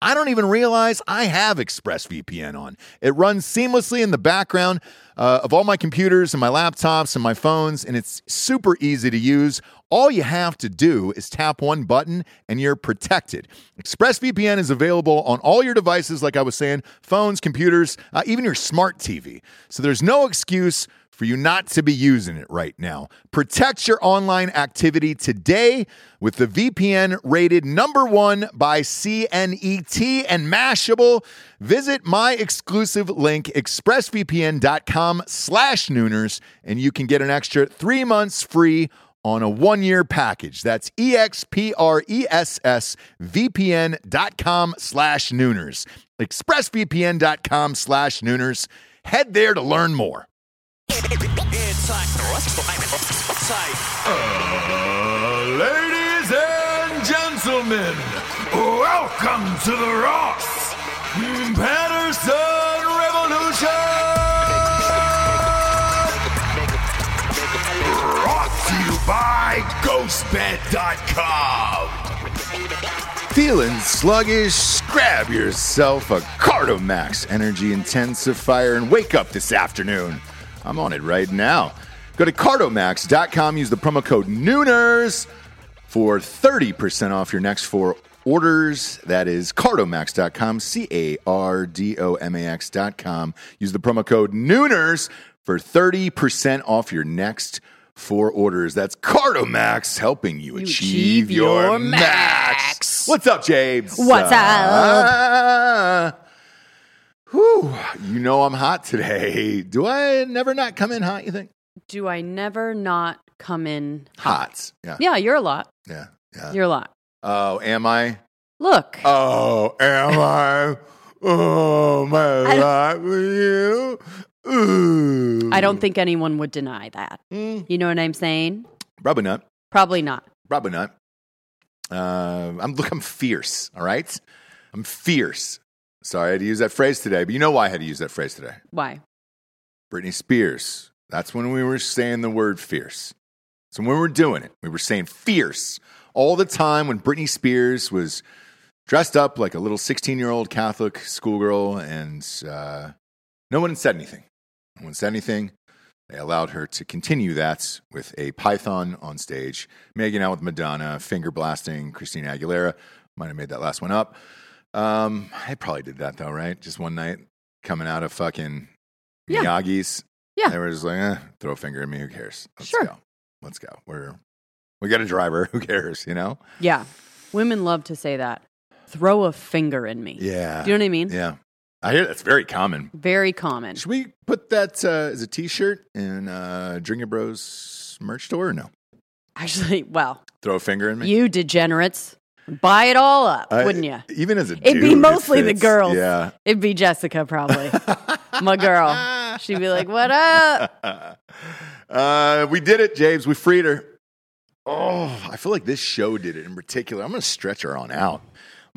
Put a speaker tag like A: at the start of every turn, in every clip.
A: I don't even realize I have ExpressVPN on. It runs seamlessly in the background uh, of all my computers and my laptops and my phones, and it's super easy to use. All you have to do is tap one button and you're protected. ExpressVPN is available on all your devices, like I was saying phones, computers, uh, even your smart TV. So there's no excuse for you not to be using it right now. Protect your online activity today with the VPN rated number one by CNET and Mashable. Visit my exclusive link, expressvpn.com slash nooners, and you can get an extra three months free on a one-year package. That's E expressvpn.com slash nooners. expressvpn.com slash nooners. Head there to learn more. Ladies and gentlemen, welcome to the Ross Patterson Revolution! Brought to you by GhostBed.com. Feeling sluggish? Grab yourself a Cardomax Energy Intensifier and wake up this afternoon. I'm on it right now. Go to Cardomax.com, use the promo code Nooners for 30% off your next four orders. That is cardomax.com, C A R D O M A X.com. Use the promo code Nooners for 30% off your next four orders. That's Cardomax helping you, achieve,
B: achieve
A: your,
B: your
A: max.
B: max.
A: What's up, James?
B: What's
A: up? Whew, you know I'm hot today. Do I never not come in hot, you think?
B: Do I never not come in?
A: Hot. Yeah.
B: Yeah, you're a lot.
A: Yeah. Yeah.
B: You're a lot.
A: Oh, am I?
B: Look,
A: Oh, am I? Oh, my
B: I
A: life with you. Ooh.
B: I don't think anyone would deny that.
A: Mm,
B: You know what I'm saying?
A: probably not.
B: Probably not.
A: Probably not. Uh, I'm look. I'm fierce. All right. I'm fierce. Sorry I had to use that phrase today, but you know why I had to use that phrase today.
B: Why?
A: Britney Spears. That's when we were saying the word fierce. So when we were doing it, we were saying fierce all the time when Britney Spears was dressed up like a little 16 year old Catholic schoolgirl, and uh, no one said anything. No one said anything. They allowed her to continue that with a python on stage, making out with Madonna, finger blasting Christina Aguilera. Might have made that last one up. Um, I probably did that though, right? Just one night coming out of fucking
B: Yeah.
A: Miyagi's.
B: Yeah.
A: They were just like, eh, throw a finger at me. Who cares? Let's
B: Sure.
A: go. Let's go. We're, we got a driver. Who cares? You know?
B: Yeah. Women love to say that. Throw a finger in me.
A: Yeah.
B: Do you know what I mean?
A: Yeah. I hear that's very common.
B: Very common.
A: Should we put that uh, as a t shirt in uh, Drinker Bros merch store or no?
B: Actually, well,
A: Throw a finger in me?
B: you degenerates, buy it all up,
A: I-
B: wouldn't you?
A: Even as a
B: It'd be
A: dude, it
B: mostly the
A: fits.
B: girls.
A: Yeah.
B: It'd be Jessica, probably. My girl. She'd be like, what up?
A: uh, we did it, James. We freed her. Oh, I feel like this show did it in particular. I'm going to stretch her on out. I'm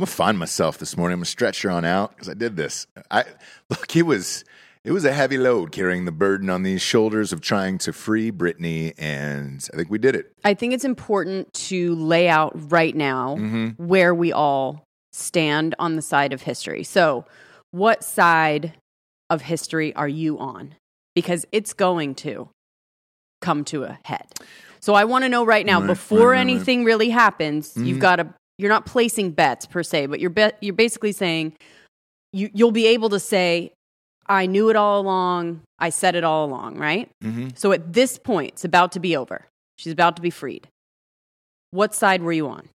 A: going to find myself this morning. I'm going to stretch her on out because I did this. I look, it was it was a heavy load carrying the burden on these shoulders of trying to free Brittany, and I think we did it.
B: I think it's important to lay out right now
A: Mm-hmm,
B: where we all stand on the side of history. So, what side of history are you on? Because it's going to come to a head. So, I want to know right now
A: Right,
B: before
A: right, right, right.
B: anything really happens, you've
A: Mhm.
B: got to you're not placing bets per se, but you're bet you're basically saying you you'll be able to say I knew it all along. I said it all along, right?
A: Mm-hmm.
B: So at this point, it's about to be over. She's about to be freed. What side were you on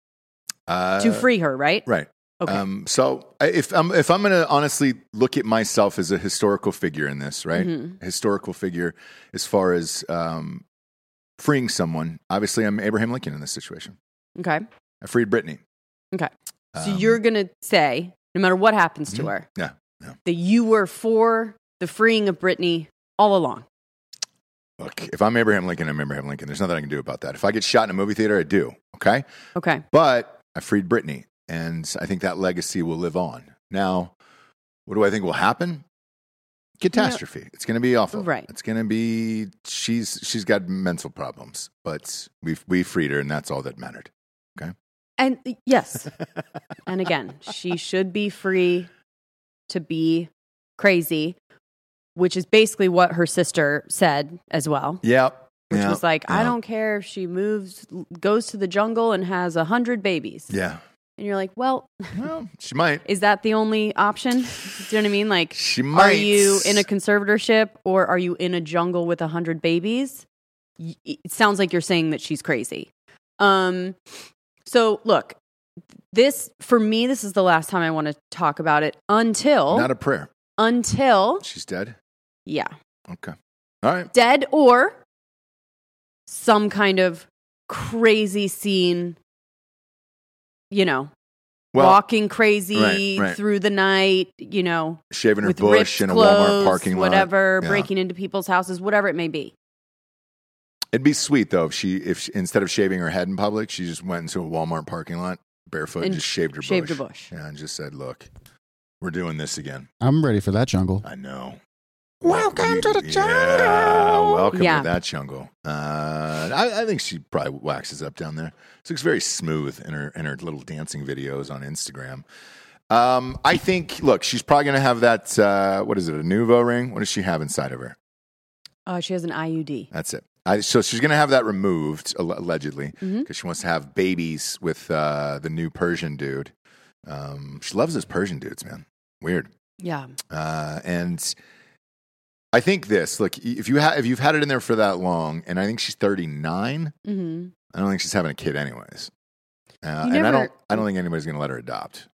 A: Uh,
B: to free her? Right.
A: right?
B: Okay.
A: Um, so I- if I'm if I'm going to honestly look at myself as a historical figure in this, right?
B: Mhm.
A: Historical figure as far as um, freeing someone. Obviously, I'm Abraham Lincoln in this situation.
B: Okay.
A: I freed Brittany.
B: Okay. So
A: Um,
B: you're gonna say, no matter what happens to
A: Mhm.
B: her,
A: yeah.
B: that you were for the freeing of Brittany all along.
A: Look, if I'm Abraham Lincoln, I'm Abraham Lincoln. There's nothing I can do about that. If I get shot in a movie theater, I do. Okay.
B: Okay.
A: But I freed Brittany, and I think that legacy will live on. Now, what do I think will happen? Catastrophe. It's going to be awful.
B: Right.
A: It's going to be she's she's got mental problems, but we we freed her, and that's all that mattered.
B: And yes. and again, she should be free to be crazy, which is basically what her sister said as well.
A: Yep.
B: Which
A: yeah.
B: was like, I
A: yeah.
B: don't care if she moves, goes to the jungle and has a hundred babies.
A: Yeah.
B: And you're like, well,
A: Well, she might.
B: is that the only option? Do you know what I mean? Like,
A: She might.
B: are you in a conservatorship or are you in a jungle with a hundred babies? Y- It sounds like you're saying that she's crazy. Um, so look, this for me, this is the last time I want to talk about it until
A: not a prayer?
B: until
A: She's dead.
B: yeah,
A: Okay. All right.
B: dead or some kind of crazy scene. You know,
A: Well,
B: walking crazy
A: right, right.
B: through the night. You know,
A: shaving her
B: with
A: bush
B: ripped
A: in a Walmart
B: clothes,
A: parking lot.
B: whatever,
A: Yeah.
B: breaking into people's houses, whatever it may be.
A: It'd be sweet though if she if she, instead of shaving her head in public, she just went into a Walmart parking lot barefoot and
B: And
A: just shaved her
B: Shaved
A: bush.
B: a bush.
A: Yeah, and just said, "Look, we're doing this again."
C: I'm ready for that jungle.
A: I know.
C: Welcome
A: We-
C: to the
A: Yeah,
C: jungle.
A: welcome
B: Yeah.
A: to that jungle. Uh, I, I think she probably waxes up down there. She looks very smooth in her in her little dancing videos on Instagram. Um, I think. Look, she's probably gonna have that. Uh, what is it? A Nuvo ring? What does she have inside of her?
B: Uh, she has an IUD.
A: That's it. I, so she's going to have that removed al- allegedly because
B: Mhm.
A: she wants to have babies with uh, the new Persian dude. Um, she loves those Persian dudes, man. Weird.
B: Yeah.
A: Uh, and I think this look if you ha- if you've had it in there for that long, and I think she's thirty nine.
B: hmm
A: I don't think she's having a kid anyways. Uh,
B: You
A: and I
B: never-
A: don't I don't think anybody's going to let her adopt.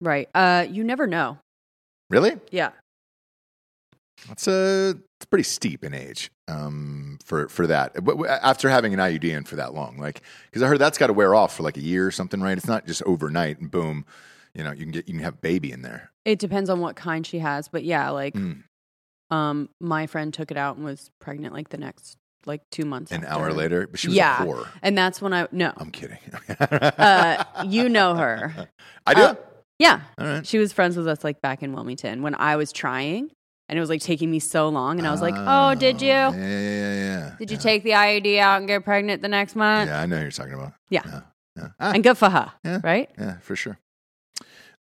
B: Right. Uh, you never know.
A: Really?
B: Yeah.
A: That's a it's pretty steep in age um, for for that. But w- after having an IUD in for that long, like because I heard that's got to wear off for like a year or something, right? It's not just overnight and boom, you know, you can get you can have baby in there.
B: It depends on what kind she has, but yeah, like
A: Mm.
B: um, my friend took it out and was pregnant like the next like two months.
A: An
B: after.
A: hour later, but she was
B: Yeah.
A: a whore.
B: and that's when I no.
A: I'm kidding.
B: you Uh, know her.
A: I do.
B: Uh, Yeah.
A: All right.
B: She was friends with us like back in Wilmington when I was trying and it was like taking me so long. And I was like, oh, did you?
A: Yeah, yeah, yeah, yeah.
B: Did you take the IUD out and get pregnant the next month?
A: Yeah, I know who you're talking about.
B: Yeah.
A: Yeah. yeah. Ah,
B: And good for her.
A: Yeah.
B: Right?
A: yeah, for sure.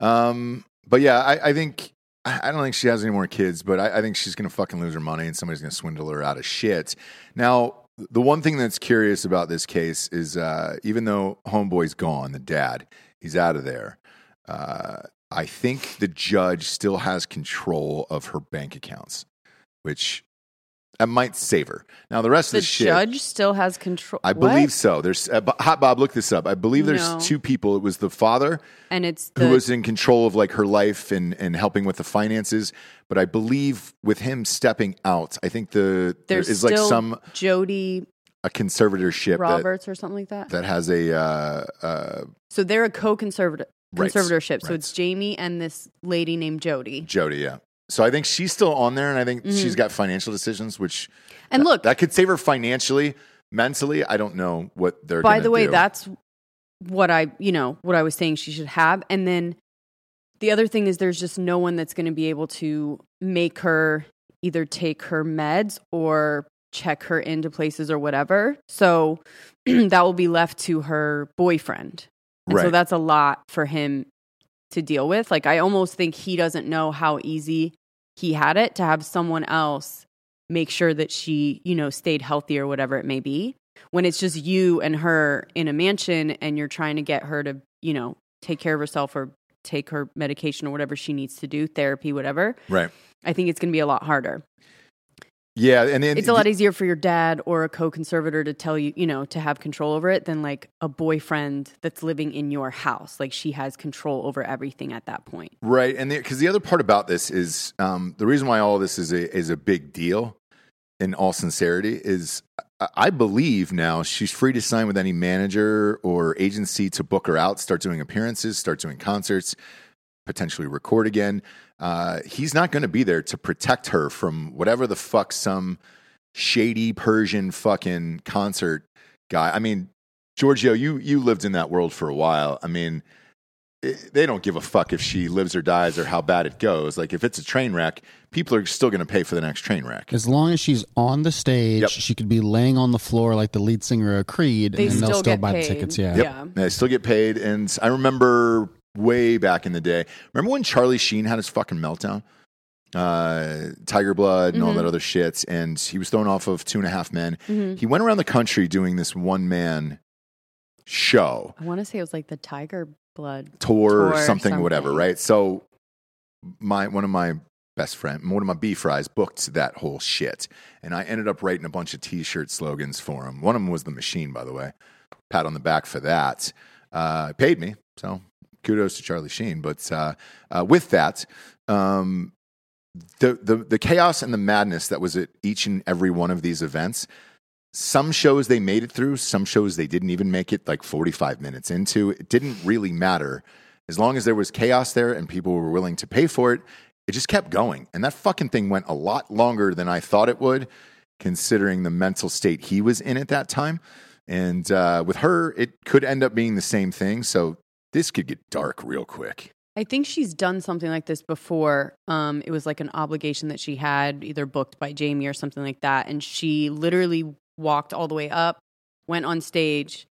A: Um, but yeah, I, I think I I don't think she has any more kids, but I, I think she's gonna fucking lose her money and somebody's gonna swindle her out of shit. Now, the one thing that's curious about this case is uh, even though homeboy's gone, the dad, he's out of there. Uh, I think the judge still has control of her bank accounts, which that might save her. Now, the rest
B: The
A: of the shit,
B: judge still has control.
A: I
B: What?
A: believe so. There's uh, Bo- Hot Bob. Look this up. I believe there's
B: No.
A: two people. It was the father
B: And it's the,
A: who was in control of like her life and and helping with the finances, but I believe with him stepping out, I think the there
B: there's
A: is
B: still
A: like some
B: Jody
A: a conservatorship that,
B: Roberts or something like that.
A: that has a uh, uh,
B: so they're a co-conservator
A: Rights.
B: conservatorship. So
A: Rights.
B: it's Jamie and this lady named Jody.
A: Jody. Yeah. So I think she's still on there, and I think
B: Mhm.
A: she's got financial decisions, which
B: And look,
A: that could save her financially, mentally. I don't know what they're.
B: by
A: gonna
B: the way,
A: do.
B: that's what I, you know, what I was saying she should have. And then the other thing is there's just no one that's going to be able to make her either take her meds or check her into places or whatever. So that will be left to her boyfriend. And
A: right.
B: so that's a lot for him to deal with. Like, I almost think he doesn't know how easy he had it to have someone else make sure that she, you know, stayed healthy or whatever it may be. When it's just you and her in a mansion and you're trying to get her to, you know, take care of herself or take her medication or whatever she needs to do, therapy, whatever,
A: right.
B: I think it's going to be a lot harder.
A: Yeah, and then
B: It's a lot easier for your dad or a co-conservator to tell you, you know, to have control over it than like a boyfriend that's living in your house. Like she has control over everything at that point.
A: Right, and because the, other part about this is um, the reason why all this is a is a big deal. In all sincerity, is I- I believe now she's free to sign with any manager or agency to book her out, start doing appearances, start doing concerts, potentially record again. Uh, he's not going to be there to protect her from whatever the fuck some shady Persian fucking concert guy. I mean, Giorgio, you you lived in that world for a while. I mean it- they don't give a fuck if she lives or dies or how bad it goes. Like if it's a train wreck, people are still going to pay for the next train wreck.
C: As long as she's on the stage,
A: Yep.
C: she could be laying on the floor like the lead singer of Creed,
B: They
C: and
B: still
C: they'll still
B: get
C: buy
B: paid.
C: the tickets. Yeah.
B: Yep. Yeah.
A: They still get paid. And I remember way back in the day. Remember when Charlie Sheen had his fucking meltdown? Uh, Tiger Blood and all
B: Mhm.
A: that other shit. And he was thrown off of Two and a Half Men.
B: Mhm.
A: He went around the country doing this one man show.
B: I want to say it was like the tiger blood.
A: tour,
B: Tour
A: or
B: or
A: something, whatever,
B: something.
A: right? So my one of my best friend, one of my beef fries booked that whole shit, and I ended up writing a bunch of t-shirt slogans for him. One of them was the machine, by the way. Pat on the back for that. Uh, paid me, so kudos to Charlie Sheen. But uh, uh, with that, um, the, the the chaos and the madness that was at each and every one of these events some shows they made it through, some shows they didn't even make it like 45 minutes into. It didn't really matter. As long as there was chaos there and people were willing to pay for it, it just kept going. And that fucking thing went a lot longer than I thought it would, considering the mental state he was in at that time. And uh, with her, it could end up being the same thing. So this could get dark real quick.
B: I think she's done something like this before. Um, it was like an obligation that she had, either booked by Jamie or something like that. And she literally walked all the way up, went on stage,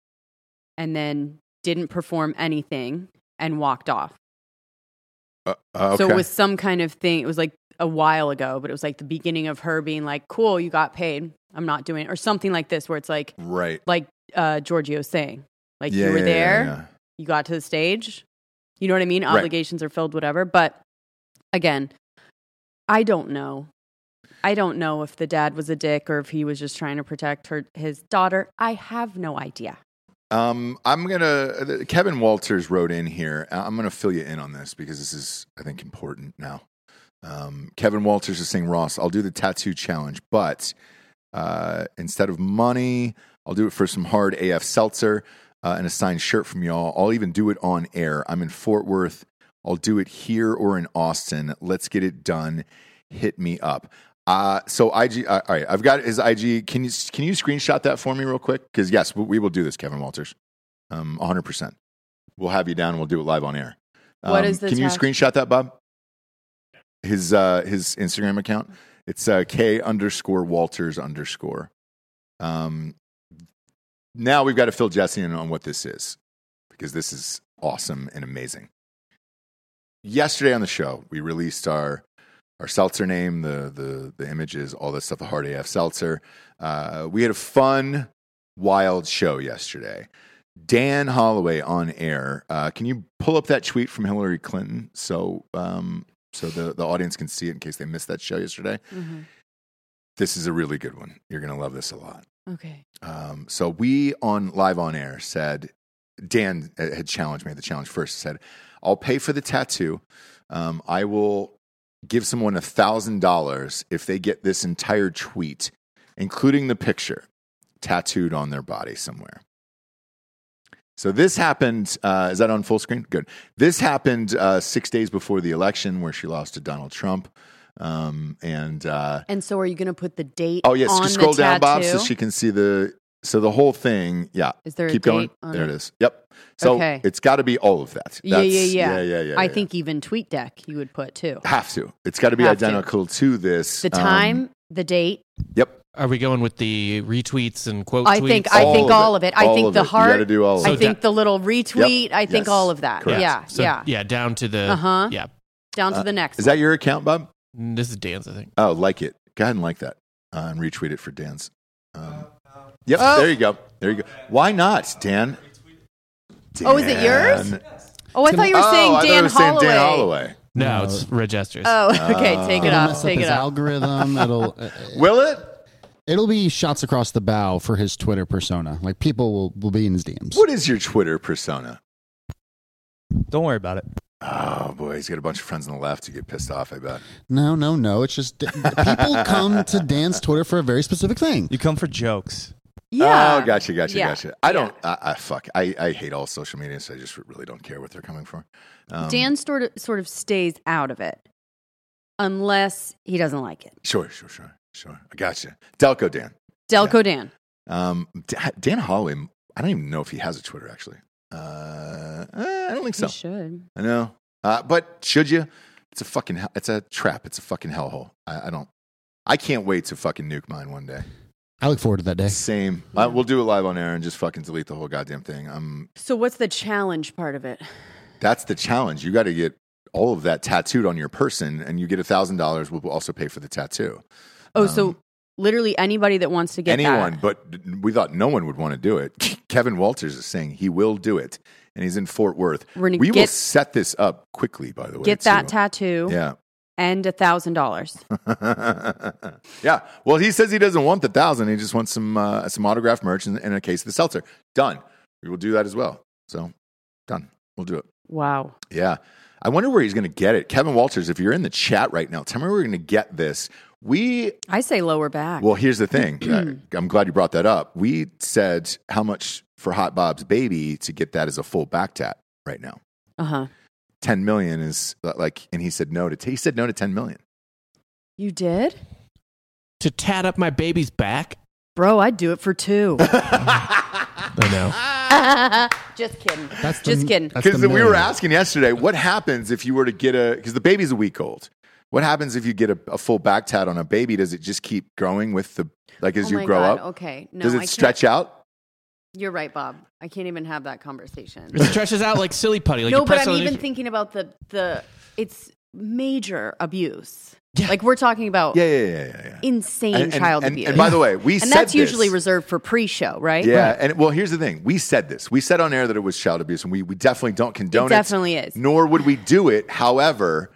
B: and then didn't perform anything and walked off.
A: Uh, uh,
B: So it was some kind of thing. It was like a while ago, but it was like the beginning of her being like, "Cool, you got paid. I'm not doing it," or something like this, where it's like,
A: right.
B: like uh, Giorgio's saying, like
A: Yeah,
B: you were
A: yeah, yeah,
B: there,
A: yeah.
B: you got to the stage. You know what I mean?
A: Right.
B: Obligations are filled, whatever. But again, I don't know. I don't know if the dad was a dick or if he was just trying to protect her his daughter. I have no idea.
A: Um, I'm gonna. Kevin Walters wrote in here. Uh, I'm gonna fill you in on this because this is, I think, important now. Um, Kevin Walters is saying, Ross, I'll do the tattoo challenge, but uh, instead of money, I'll do it for some hard AF seltzer uh, and a signed shirt from y'all. I'll even do it on air. I'm in Fort Worth. I'll do it here or in Austin. Let's get it done. Hit me up. Uh, so IG, uh, all right, I've got his IG. Can you can you screenshot that for me real quick? Because yes, we, we will do this, Kevin Walters, um, 100. percent We'll have you down. and We'll do it live on air.
B: What is the
A: Can you
B: tag?
A: screenshot that, Bob? His uh, his Instagram account.
B: Mm-hmm.
A: It's uh, K underscore Walters underscore. Um, now we've got to fill Jesse in on what this is because this is awesome and amazing. Yesterday on the show, we released our our seltzer name, the the the images, all this stuff, the hard AF seltzer. Uh, we had a fun, wild show yesterday. Dan Holloway on air. Uh, can you pull up that tweet from Hillary Clinton so um, so the, the audience can see it in case they missed that show yesterday?
B: Mhm.
A: This is a really good one. You're gonna love this a lot.
B: Okay.
A: Um, so we on live on air said Dan uh, had challenged me. The challenge first said, "I'll pay for the tattoo. Um, I will give someone a thousand dollars if they get this entire tweet, including the picture, tattooed on their body somewhere." So this happened. Uh, is that on full screen? Good. This happened uh, six days before the election, where she lost to Donald Trump, um, and. Uh,
B: And so, are you going to put the date?
A: Oh yes,
B: on
A: scroll
B: the
A: down, Bob, so
B: tattoo?
A: she can see the so the whole thing. Yeah,
B: Is there a
A: keep
B: date
A: going.
B: on
A: There it is. Yep. So
B: Okay.
A: it's got to be all of that.
B: Yeah, yeah, yeah.
A: yeah, yeah, yeah,
B: I
A: yeah.
B: think even TweetDeck you would put too.
A: have to. It's got to be
B: Have to.
A: identical to this.
B: The
A: um,
B: time, the date.
A: yep.
D: Are we going with the retweets and quote
B: I
D: tweets?
B: think I think all of it. I
A: All
B: think
A: of it.
B: the
A: You got to
B: heart.
A: do all of
D: So
B: I
A: it.
B: think the little retweet. I
A: Yes.
B: think all of that.
A: Correct.
B: Yeah,
D: So,
B: yeah.
D: yeah, down to the
B: Uh-huh.
D: yeah. Mm,
B: Down to
A: Uh,
B: the next.
A: Is that your account, Bob?
D: This is Dan's, I think.
A: Oh, like it. Go ahead and like that uh, and retweet it for Dan's. Um, yep.
B: Oh.
A: There you go. There you go. Why not, Dan?
B: Oh, is it yours?
A: Dan.
B: oh, I thought you were
A: oh,
B: saying,
A: I thought
B: Dan,
A: it was saying
B: Holloway.
A: Dan Holloway. Uh,
D: No,
C: No.
D: it's registers.
B: Oh, okay. Take it
C: It'll
B: off.
C: mess up
B: Take
C: his
B: it off.
C: algorithm. It'll uh,
A: Will it?
C: it'll be shots across the bow for his Twitter persona. Like people will, will be in his DMs.
A: What is your Twitter persona?
E: Don't worry about it.
A: Oh boy, he's got a bunch of friends on the left who get pissed off. I bet.
C: No, no, no. It's just people come to Dan's Twitter for a very specific thing.
E: You come for jokes.
B: Yeah.
A: Oh, gotcha, gotcha,
B: Yeah.
A: gotcha. I don't. I, I fuck. I, I hate all social media, so I just really don't care what they're coming for. Um,
B: Dan sort of sort of stays out of it unless he doesn't like it.
A: Sure, sure, sure, sure. I gotcha. Delco Dan.
B: Delco Dan.
A: Um, D- Dan Holloway. I don't even know if he has a Twitter actually. Uh, eh, I don't think so.
B: He should.
A: I know. Uh, but should you? It's a fucking. hell- It's a trap. It's a fucking hellhole. I, I don't. I can't wait to fucking nuke mine one day.
C: I look forward to that day.
A: Same. Uh, we'll do it live on air and just fucking delete the whole goddamn thing. I'm
B: So what's the challenge part of it?
A: that's the challenge. You got to get all of that tattooed on your person, and you get a thousand dollars. We'll also pay for the tattoo.
B: Oh,
A: Um,
B: so literally anybody that wants to get that.
A: anyone, but we thought no one would want to do it. Kevin Walters is saying he will do it, and he's in Fort Worth.
B: We're gonna
A: We will
B: get-
A: set this up quickly. By the way,
B: Get that
A: too.
B: tattoo and a thousand dollars.
A: Yeah, yeah. Well, he says he doesn't want the thousand. He just wants some uh, some autographed merch and, and a case of the seltzer. Done. We will do that as well. So, done. We'll do it.
B: Wow.
A: Yeah. I wonder where he's going to get it. Kevin Walters, if you're in the chat right now, tell me where we're going to get this. We,
B: I say lower back.
A: well, here's the thing. Uh, I'm glad you brought that up. We said how much for Hot Bob's baby to get that as a full back tat right now.
B: uh huh.
A: 10 million is uh, like, and he said no to, he said no to 10 million.
B: You did?
D: To tat up my baby's back.
B: Bro, I'd do it for two.
D: I know.
B: Just kidding.
C: That's the-
B: Just kidding.
C: that's the
A: Because we were
C: million.
A: asking yesterday, what happens if you were to get a, because the baby's a week old. What happens if you get a, a full back tat on a baby? Does it just keep growing with the, like as
B: Oh
A: you
B: my
A: grow
B: God,
A: up?
B: Okay. No,
A: Does
B: I
A: it
B: can't- Oh.
A: stretch out?
B: You're right, Bob. I can't even have that conversation.
D: It stretches out like silly putty. Like
B: no,
D: you
B: but
D: press
B: I'm
D: on the-
B: even thinking about the the it's major abuse.
D: Yeah.
B: Like we're talking about
A: Yeah, yeah, yeah, yeah. yeah.
B: insane
A: And- and-
B: child
A: and-
B: abuse.
A: and by the way, we
B: and
A: said
B: that's usually
A: this.
B: reserved for pre-show, right?
A: Yeah, and well, here's the thing: we said this. We said on air that it was child abuse, and we, we definitely don't condone it.
B: definitely is.
A: Nor would we do it. However,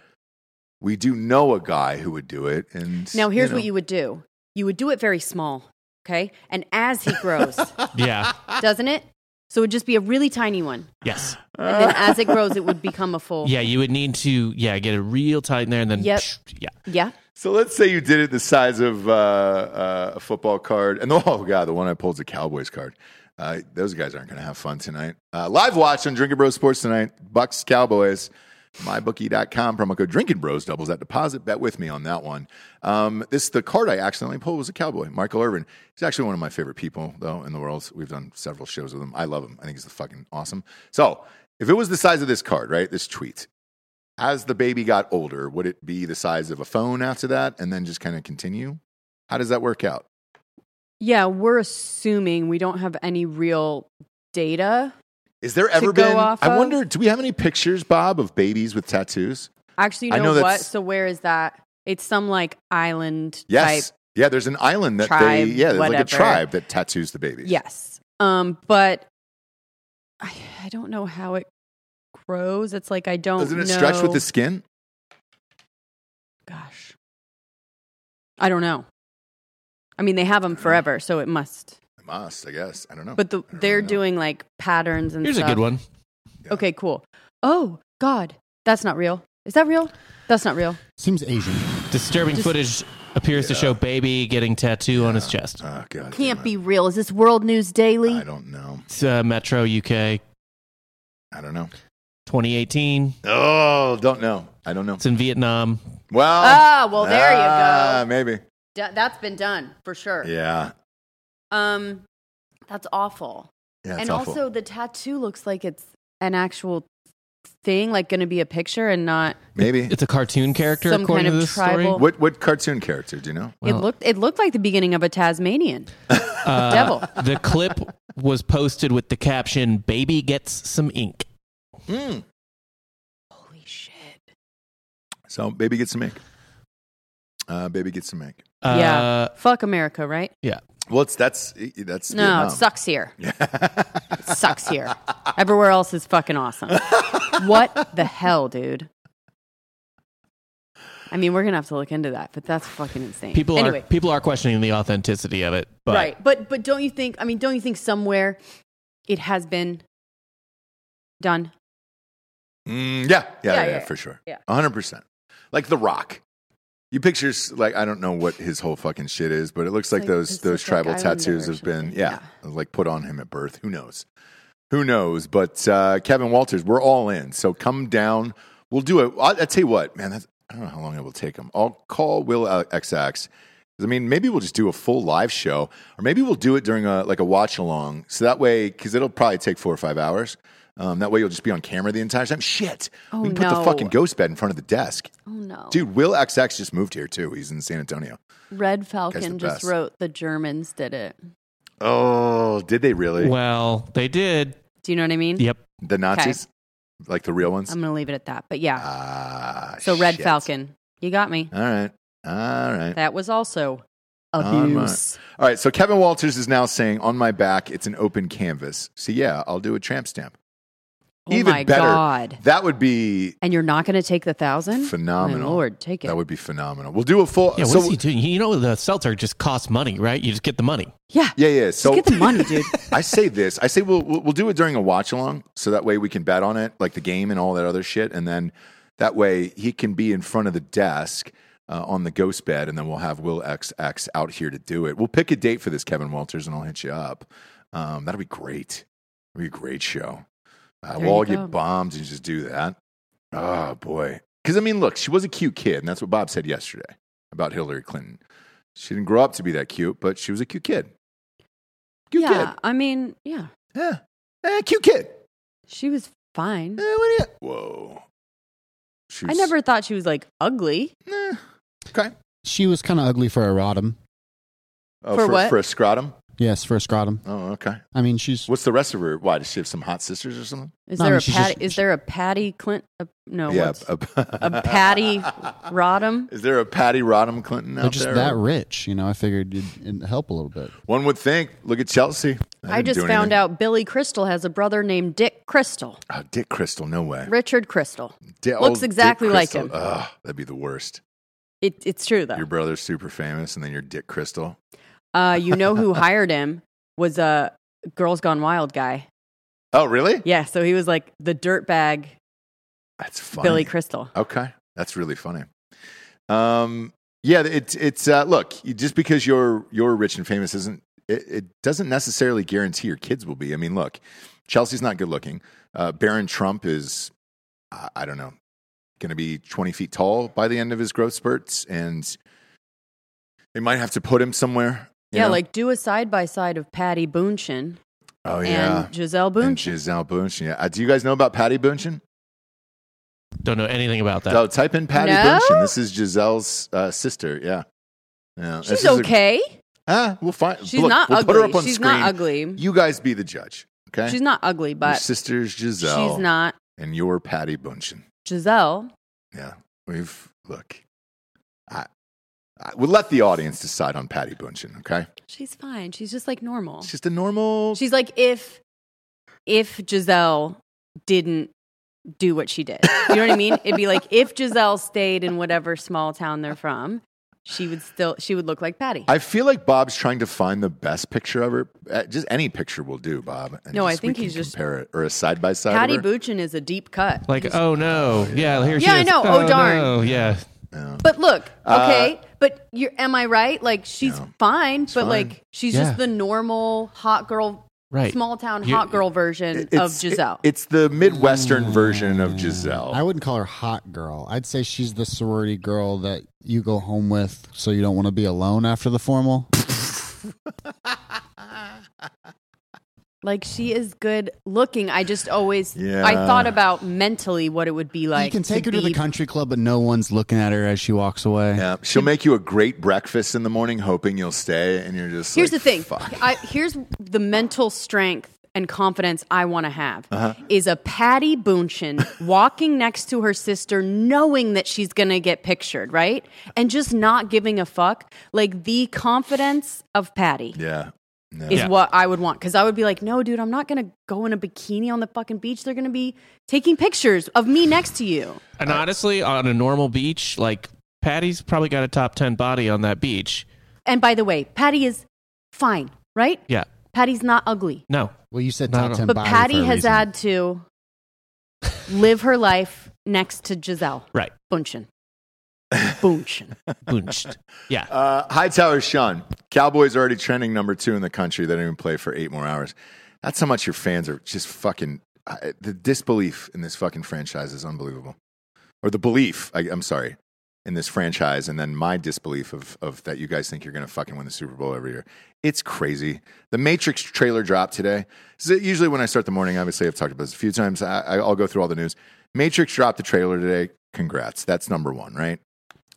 A: we do know a guy who would do it. And
B: Now here's what
A: know.
B: you would do. You would do it very small, okay? And as he grows,
D: Yeah.
B: doesn't it? So it would just be a really tiny one.
D: Yes.
B: And then as it grows, it would become a full.
D: Yeah, you would need to yeah, get it real tight in there and then
B: Yep.
D: yeah.
B: Yeah.
A: So let's say you did it the size of uh, uh, a football card, and the, oh god, the one I pulled is a Cowboys card. Uh, those guys aren't going to have fun tonight. Uh, live watch on Drinking Bros Sports tonight. Bucks Cowboys. MyBookie.com promo code Drinking Bros doubles that deposit. Bet with me on that one. Um, this the card I accidentally pulled was a Cowboy, Michael Irvin. He's actually one of my favorite people though in the world. We've done several shows with him. I love him. I think he's the fucking awesome. So if it was the size of this card, right, this tweet, as the baby got older, would it be the size of a phone after that and then just kind of continue? How does that work out?
B: Yeah, we're assuming we don't have any real data.
A: Is there
B: To
A: ever
B: go
A: been?
B: off
A: I
B: of?
A: wonder. Do we have any pictures, Bob, of babies with tattoos?
B: Actually, you
A: I
B: know,
A: know
B: what?
A: that's-
B: So where is that? It's some like island
A: Yes. Yeah, there's an island that
B: Tribe,
A: they. Yeah, there's like a
B: whatever.
A: tribe that tattoos the
B: type.
A: babies.
B: Yes. Um, but I, I don't know how it grows. It's like I don't
A: Doesn't it
B: know.
A: stretch with the skin?
B: gosh. I don't know. I mean, they have them forever, so it must.
A: It must, I guess. Oh, I don't know.
B: But the,
A: don't
B: they're
A: know.
B: doing like patterns and
D: Here's a
B: stuff.
D: good one.
A: Yeah.
B: Okay, cool. Oh God, that's not real. Is that real? That's not real.
C: Seems Asian.
D: Disturbing
B: Just-
D: footage appears to show baby getting tattoo on his chest.
A: Oh, God.
B: Can't
A: damn
B: be
A: it.
B: real. Is this World News Daily?
A: I don't know.
D: It's, uh, Metro UK
A: I don't know.
D: 2018.
A: Oh, don't know. I don't know.
D: It's in Vietnam.
A: Well.
B: Ah, well, there you go.
A: ah, Maybe.
B: D- that's been done for sure.
A: Yeah.
B: Um, that's awful.
A: Yeah. It's
B: and
A: awful.
B: also, the tattoo looks like it's an actual thing, like going to be a picture and not.
A: maybe.
D: It's a cartoon character
B: Some
D: according
B: kind
D: to
B: of
D: this
B: tribal-
D: story.
A: What what cartoon character do you know?
B: it
D: Well-
B: looked. It looked like the beginning of a Tasmanian.
D: Uh,
B: Devil.
D: The clip was posted with the caption "Baby gets some ink."
A: Mm.
B: Holy shit!
A: So baby gets some ink. Uh, baby gets some ink.
D: Uh,
B: yeah. Fuck America, right?
A: Well, it's that's e, that's
B: No, it sucks here.
A: Vietnam.
B: It sucks here. Everywhere else is fucking awesome. what the hell, dude? I mean, we're gonna have to look into that, but that's fucking insane.
D: People
B: anyway,
D: are people are questioning the authenticity of it, but
B: right? But but don't you think? I mean, don't you think somewhere it has been done?
A: Mm, yeah, yeah, yeah,
B: Yeah,
A: yeah,
B: yeah, yeah.
A: for sure.
B: Yeah.
A: A hundred percent. Like The Rock. You pictures like I don't know what his whole fucking shit is, but it looks like,
B: Like
A: those those
B: Pacific
A: tribal
B: Islander
A: tattoos
B: or
A: have been
B: something.
A: yeah, like put on him at birth. Who knows? Who knows? But uh, Kevin Walters, we're all in. So come down. We'll do it. I, I tell you what, man. That's, I don't know how long it will take him. I'll call Will uh, XX. I mean, maybe we'll just do a full live show, or maybe we'll do it during a like a watch along. So that way, because it'll probably take four or five hours. Um, that way, you'll just be on camera the entire time. Shit,
B: Oh,
A: we can put the
B: no.
A: fucking ghost bed in front of the desk,
B: Oh no,
A: dude. Will XX just moved here too. He's in San Antonio.
B: Red
A: Guys, the
B: Falcon just
A: best.
B: wrote the Germans did it.
A: Oh, did they really?
D: well, they did.
B: Do you know what I mean?
D: Yep.
A: The Nazis, like the real ones.
B: I'm gonna leave it at that. But yeah,
A: Ah,
B: Um, so Red
A: shit.
B: Falcon, you got me.
A: All right, all right.
B: That was also
A: On my-
B: abuse.
A: All right, so Kevin Walters is now saying, "On my back, it's an open canvas." So yeah, I'll do a tramp stamp.
B: Oh
A: Even
B: my
A: better,
B: god!
A: That would be
B: And you're not going to take the thousand?
A: Phenomenal.
B: My Lord, take it.
A: that would be phenomenal. We'll do a full.
D: Yeah. What is
A: so,
D: he doing? You know, the seltzer just costs money, right? You just get the money.
B: yeah.
A: yeah, yeah. So
B: Just get the money, dude.
A: I say this. I say we'll we'll we'll do it during a watch along, so that way we can bet on it, like the game and all that other shit, and then that way he can be in front of the desk uh, on the ghost bed, and then we'll have Will XX out here to do it. We'll pick a date for this, Kevin Walters, and I'll hit you up. Um, that'll be great. It'll be a great show. Uh,
B: There
A: we'll all
B: you go.
A: get bombed and just do that. Oh boy, because I mean, look, she was a cute kid, and that's what Bob said yesterday about Hillary Clinton. She didn't grow up to be that cute, but she was a cute kid. Cute
B: yeah.
A: kid.
B: I mean, yeah.
A: Yeah. Eh, cute kid.
B: She was fine.
A: Eh, what do you? Whoa. She
B: I
A: was-
B: never thought she was like ugly.
A: Eh. Okay.
C: She was kind of ugly for a rotum.
A: Oh,
B: For what?
A: For a scrotum.
C: Yes, for a scrotum.
A: Oh, okay.
C: I mean, she's
A: What's the rest of her? Why does she have some hot sisters or something?
B: Is
C: No, I
B: there
C: mean,
B: a
C: she's
B: Patty?
C: just-
B: is there a Patty Clint? Uh, no.
A: yeah.
B: what's-
A: A,
B: a Patty Rodham?
A: Is there a Patty Rodham Clinton out
C: they're just
A: there?
C: that rich. You know, I figured it'd, it'd help a little bit.
A: One would think. Look at Chelsea.
B: I,
A: didn't
B: just
A: do anything.
B: found out Billy Crystal has a brother named Dick Crystal.
A: Oh, Dick Crystal. No way.
B: Richard Crystal.
A: Di-
B: looks
A: old Dick
B: exactly like
A: Crystal.
B: him.
A: Ugh, that'd be the worst.
B: It, it's true though.
A: Your brother's super famous, and then your Dick Crystal.
B: Uh, you know who hired him was a Girls Gone Wild guy.
A: Oh, really?
B: Yeah, so he was like the dirtbag
A: That's funny.
B: Billy Crystal.
A: Okay, that's really funny. Um, yeah, it's it's uh, look, you- just because you're you're rich and famous isn't it, it doesn't necessarily guarantee your kids will be. I mean, look, Chelsea's not good looking. Uh, Barron Trump is, I, I don't know, going to be twenty feet tall by the end of his growth spurts, and they might have to put him somewhere. you
B: Yeah,
A: know?
B: like do a side by side of Patty Boonchin
A: oh yeah,
B: and Giselle
A: And
B: Boonchin.
A: Giselle Bundchen. Yeah, Uh, do you guys know about Patty Bundchen?
D: Don't know anything about that.
A: So type in Patty
B: No?
A: Bunchen. This is Giselle's uh, sister. Yeah. Yeah. this
B: She's
A: is a-
B: okay.
A: ah, we'll find.
B: She's
A: look,
B: not
A: we'll
B: ugly.
A: Put her up on
B: She's
A: screen.
B: not ugly.
A: You guys be the judge. Okay.
B: She's not ugly,
A: Your
B: but
A: sister's Giselle.
B: she's not
A: And you're Patty Bunchen.
B: Giselle.
A: Yeah. We've look. I, I we'll let the audience decide on Patty Bunchen. Okay.
B: She's fine. She's just like normal.
A: It's just a normal.
B: She's like if if Giselle didn't do what she did. You know what I mean? It'd be like if Giselle stayed in whatever small town they're from, she would still she would look like Patty.
A: I feel like Bob's trying to find the best picture of her. Uh, Just any picture will do, Bob. And
B: No, I
A: just- we
B: think
A: can
B: he's just-
A: compare it or a side by side.
B: Patty Buchan is a deep cut.
D: like, oh no, yeah, here she
B: Yeah, I
D: is.
B: know. Oh, darn.
D: no. yeah.
B: But look,
A: Uh,
B: okay, but you're am I right? Like she's
A: No.
B: fine, but
A: fine.
B: like she's
D: Yeah.
B: just the normal hot girl
D: Right.
B: small town
D: You-
B: hot girl version of Giselle.
A: it's the Midwestern version of Giselle.
C: I wouldn't call her hot girl. I'd say she's the sorority girl that you go home with so you don't want to be alone after the formal.
B: like she is good looking. I just always
A: Yeah.
B: I thought about mentally what it would be like.
C: you can take her to
B: be
C: the country club, but no one's looking at her as she walks away.
A: yeah, she'll make you a great breakfast in the morning, hoping you'll stay, and you're just.
B: Here's
A: like,
B: the thing.
A: Fuck.
B: I, here's the mental strength and confidence I want to have
A: Uh-huh.
B: is a Patty Boonshin walking next to her sister, knowing that she's gonna get pictured, right? And just not giving a fuck. Like the confidence of Patty
A: yeah. No.
B: is
D: Yeah.
B: what I would want. Cause I would be like, no, dude, I'm not gonna go in a bikini on the fucking beach. They're gonna be taking pictures of me next to you.
D: And honestly, on a normal beach, like Patty's probably got a top ten body on that beach.
B: And by the way, Patty is fine, right?
D: Yeah.
B: Patty's not ugly.
D: No.
C: Well, you said
D: No,
C: top
D: no.
C: ten,
B: But
C: body
B: Patty
C: for a
B: has
C: reason.
B: had to live her life next to Giselle
D: Right.
B: Bunchen. Bunchen.
D: Bunched. Yeah.
A: Uh, Hightower Sean. Cowboys are already trending number two in the country. They don't even play for eight more hours. That's how much your fans are just fucking. I, the disbelief in this fucking franchise is unbelievable. Or the belief, I, I'm sorry, in this franchise, and then my disbelief of, of that you guys think you're going to fucking win the Super Bowl every year. It's crazy. The Matrix trailer dropped today. So usually when I start the morning, obviously I've talked about this a few times. I, I'll go through all the news. Matrix dropped the trailer today. Congrats. That's number one, right?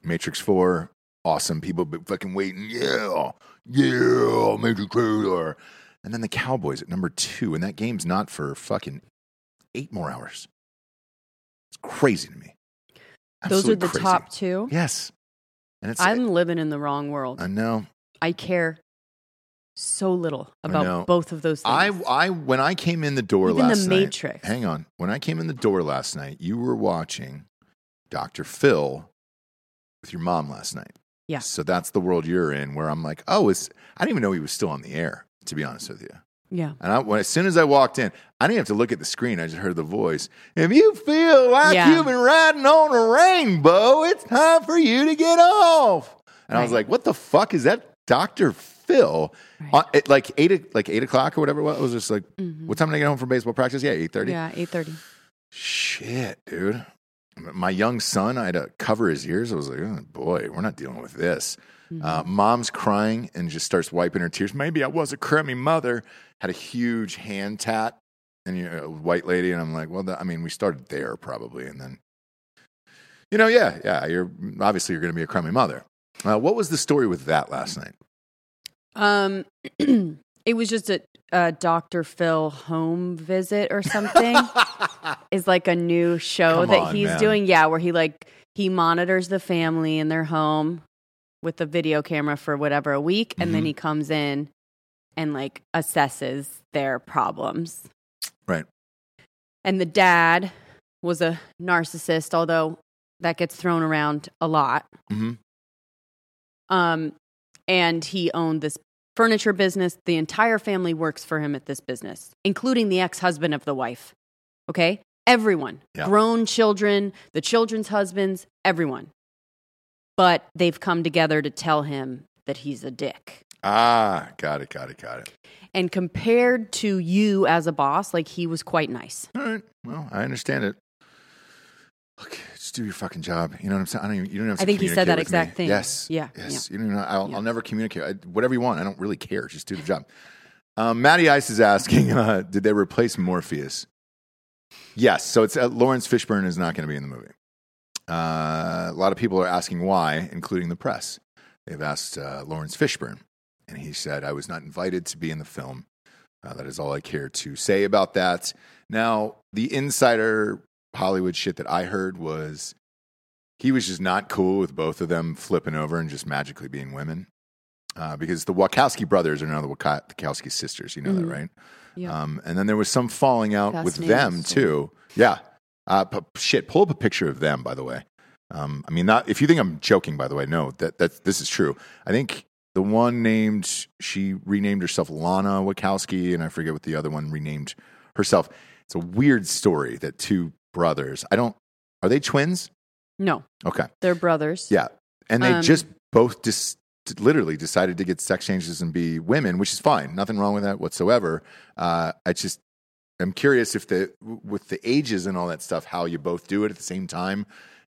A: Matrix 4, awesome. People been fucking waiting. Yeah, yeah, Major Taylor. And then the Cowboys at number two, and that game's not for fucking eight more hours. It's crazy to me.
B: Those are
A: Absolutely
B: the
A: crazy.
B: top two.
A: Yes, and it's.
B: I'm
A: i
B: living in the wrong world.
A: know.
B: I care so little
A: I know.
B: about both of those things.
A: I I when I came in the door
B: Even
A: last
B: the
A: night.
B: Matrix.
A: Hang on. When I came in the door last night, you were watching Dr. Phil with your mom last night.
B: Yeah.
A: So that's the world you're in where I'm like, oh, it's, I didn't even know he was still on the air, to be honest with you.
B: yeah.
A: And I, when, as soon as I walked in, I didn't have to look at the screen. I just heard the voice. If you feel like
B: Yeah.
A: you've been riding on a rainbow, it's time for you to get off. And I was
B: Right.
A: like, what the fuck is that, Doctor Phil?
B: Right. Mm-hmm.
A: Uh, at like eight, o- like eight o'clock or whatever it was. It was just like, what time did I get home from baseball practice? Yeah, eight thirty.
B: Yeah, eight thirty.
A: Shit, dude. My young son, I had to cover his ears. I was like, oh, boy, we're not dealing with this. Uh, mom's crying and just starts wiping her tears. Maybe I was a crummy mother. Had a huge hand tat and you're a white lady. And I'm like, well, the, I mean, we started there probably. And then, you know, yeah, yeah, you're obviously you're going to be a crummy mother. Uh, what was the story with that last night?
B: Um, it was just a, a Dr. Phil home visit or something. is like a new show
A: Come
B: that
A: on,
B: he's
A: man.
B: doing. Yeah, where he like he monitors the family in their home with a video camera for whatever a week, and
A: Mm-hmm.
B: then he comes in and like assesses their problems.
A: Right.
B: And the dad was a narcissist, although that gets thrown around a lot.
A: Mhm.
B: Um, and he owned this furniture business. The entire family works for him at this business, including the ex husband of the wife. Okay? Everyone,
A: Yeah.
B: grown children, the children's husbands, everyone. But they've come together to tell him that he's a dick.
A: Ah, got it, got it, got it.
B: And compared to you as a boss, like he was quite nice.
A: All right. Well, I understand it. Look, just do your fucking job. You know what I'm saying? I don't even, you don't have to
B: I think he said
A: communicate
B: that
A: with me.
B: exact thing.
A: Yes.
B: Yeah,
A: Yes. You know, I'll, I'll never communicate. I, whatever you want. I don't really care. Just do the job. Um, Matty Ice is asking, uh, did they replace Morpheus? Yes. So it's uh, Lawrence Fishburne is not going to be in the movie. Uh, a lot of people are asking why, including the press. They've asked uh, Lawrence Fishburne, and he said, "I was not invited to be in the film. Uh, that is all I care to say about that." Now, the insider Hollywood shit that I heard was he was just not cool with both of them flipping over and just magically being women. Uh, because the Wachowski brothers are now the Wacha- Wachowski sisters. You know that,
B: Mhm.
A: right?
B: Yeah.
A: Um, and then there was some falling out with
B: Fascinating
A: them
B: story.
A: too. Yeah. Uh, p- shit, pull up a picture of them, by the way. Um, I mean, not if you think I'm joking, by the way. No, that that's this is true. I think the one named she renamed herself Lana Wachowski, and I forget what the other one renamed herself. It's a weird story that two brothers. I don't. Are they twins?
B: No,
A: Okay.
B: they're brothers.
A: Yeah. And they
B: Um,
A: just both just literally decided to get sex changes and be women, which is fine. Nothing wrong with that whatsoever. Uh, I just I'm curious if the with the ages and all that stuff, how you both do it at the same time,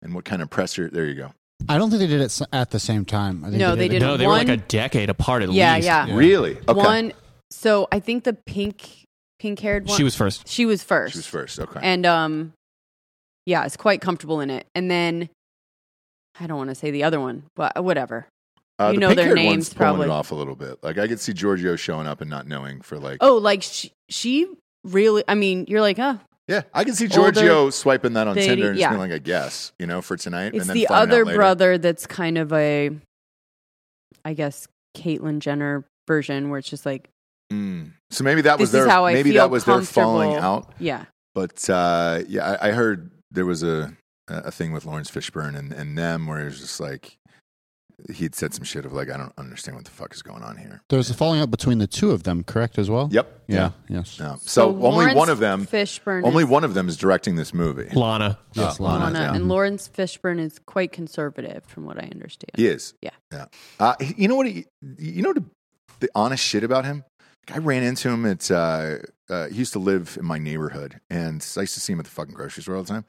A: and what kind of pressure. There you go.
C: I don't think they did it s- at the same time. I think
B: No, they
C: it-
B: did
D: no, they were like a
B: one-
D: decade apart at
B: Yeah,
D: least.
B: yeah.
A: Really? Okay.
B: One. So I think the pink, pink haired one.
D: She was first.
B: She was first.
A: She was first. Okay.
B: And um, yeah, it's quite comfortable in it. And then I don't want to say the other one, but whatever.
A: uh,
B: you
A: the
B: know their
A: pink-haired
B: names,
A: one's pulling
B: probably.
A: it off a little bit. Like I could see Giorgio showing up and not knowing for like.
B: Oh, like she, she really. I mean, you're like, huh?
A: Yeah, I could see
B: Older
A: Giorgio swiping that on
B: dating-
A: Tinder and just
B: yeah.
A: being like, "I guess," you know, for tonight.
B: It's
A: and then
B: the
A: finding out
B: other
A: later.
B: brother that's kind of a, I guess, Caitlyn Jenner version, where it's just like,
A: Mm. So maybe that was
B: This is
A: their
B: how I
A: maybe
B: feel
A: that was their falling
B: comfortable.
A: out.
B: yeah,
A: But uh, yeah, I, I heard there was a a thing with Lawrence Fishburne and, and them where it was just like he'd said some shit of like I don't understand what the fuck is going on here.
C: There was a falling out between the two of them, correct? As well.
A: Yep.
C: Yeah. Yes.
A: No. So, only
B: Lawrence
A: one of them,
B: Fishburne,
A: only
B: is-
A: one of them is directing this movie.
D: Lana.
C: Yes,
A: Uh,
C: Lana,
B: Lana,
A: yeah.
B: and Lawrence Fishburne is quite conservative, from what I understand.
A: He is.
B: Yeah.
A: Yeah. Uh, he- you know what? He, you know the, the honest shit about him. Like, I ran into him at. Uh, uh, he used to live in my neighborhood, and I used to see him at the fucking grocery store all the time.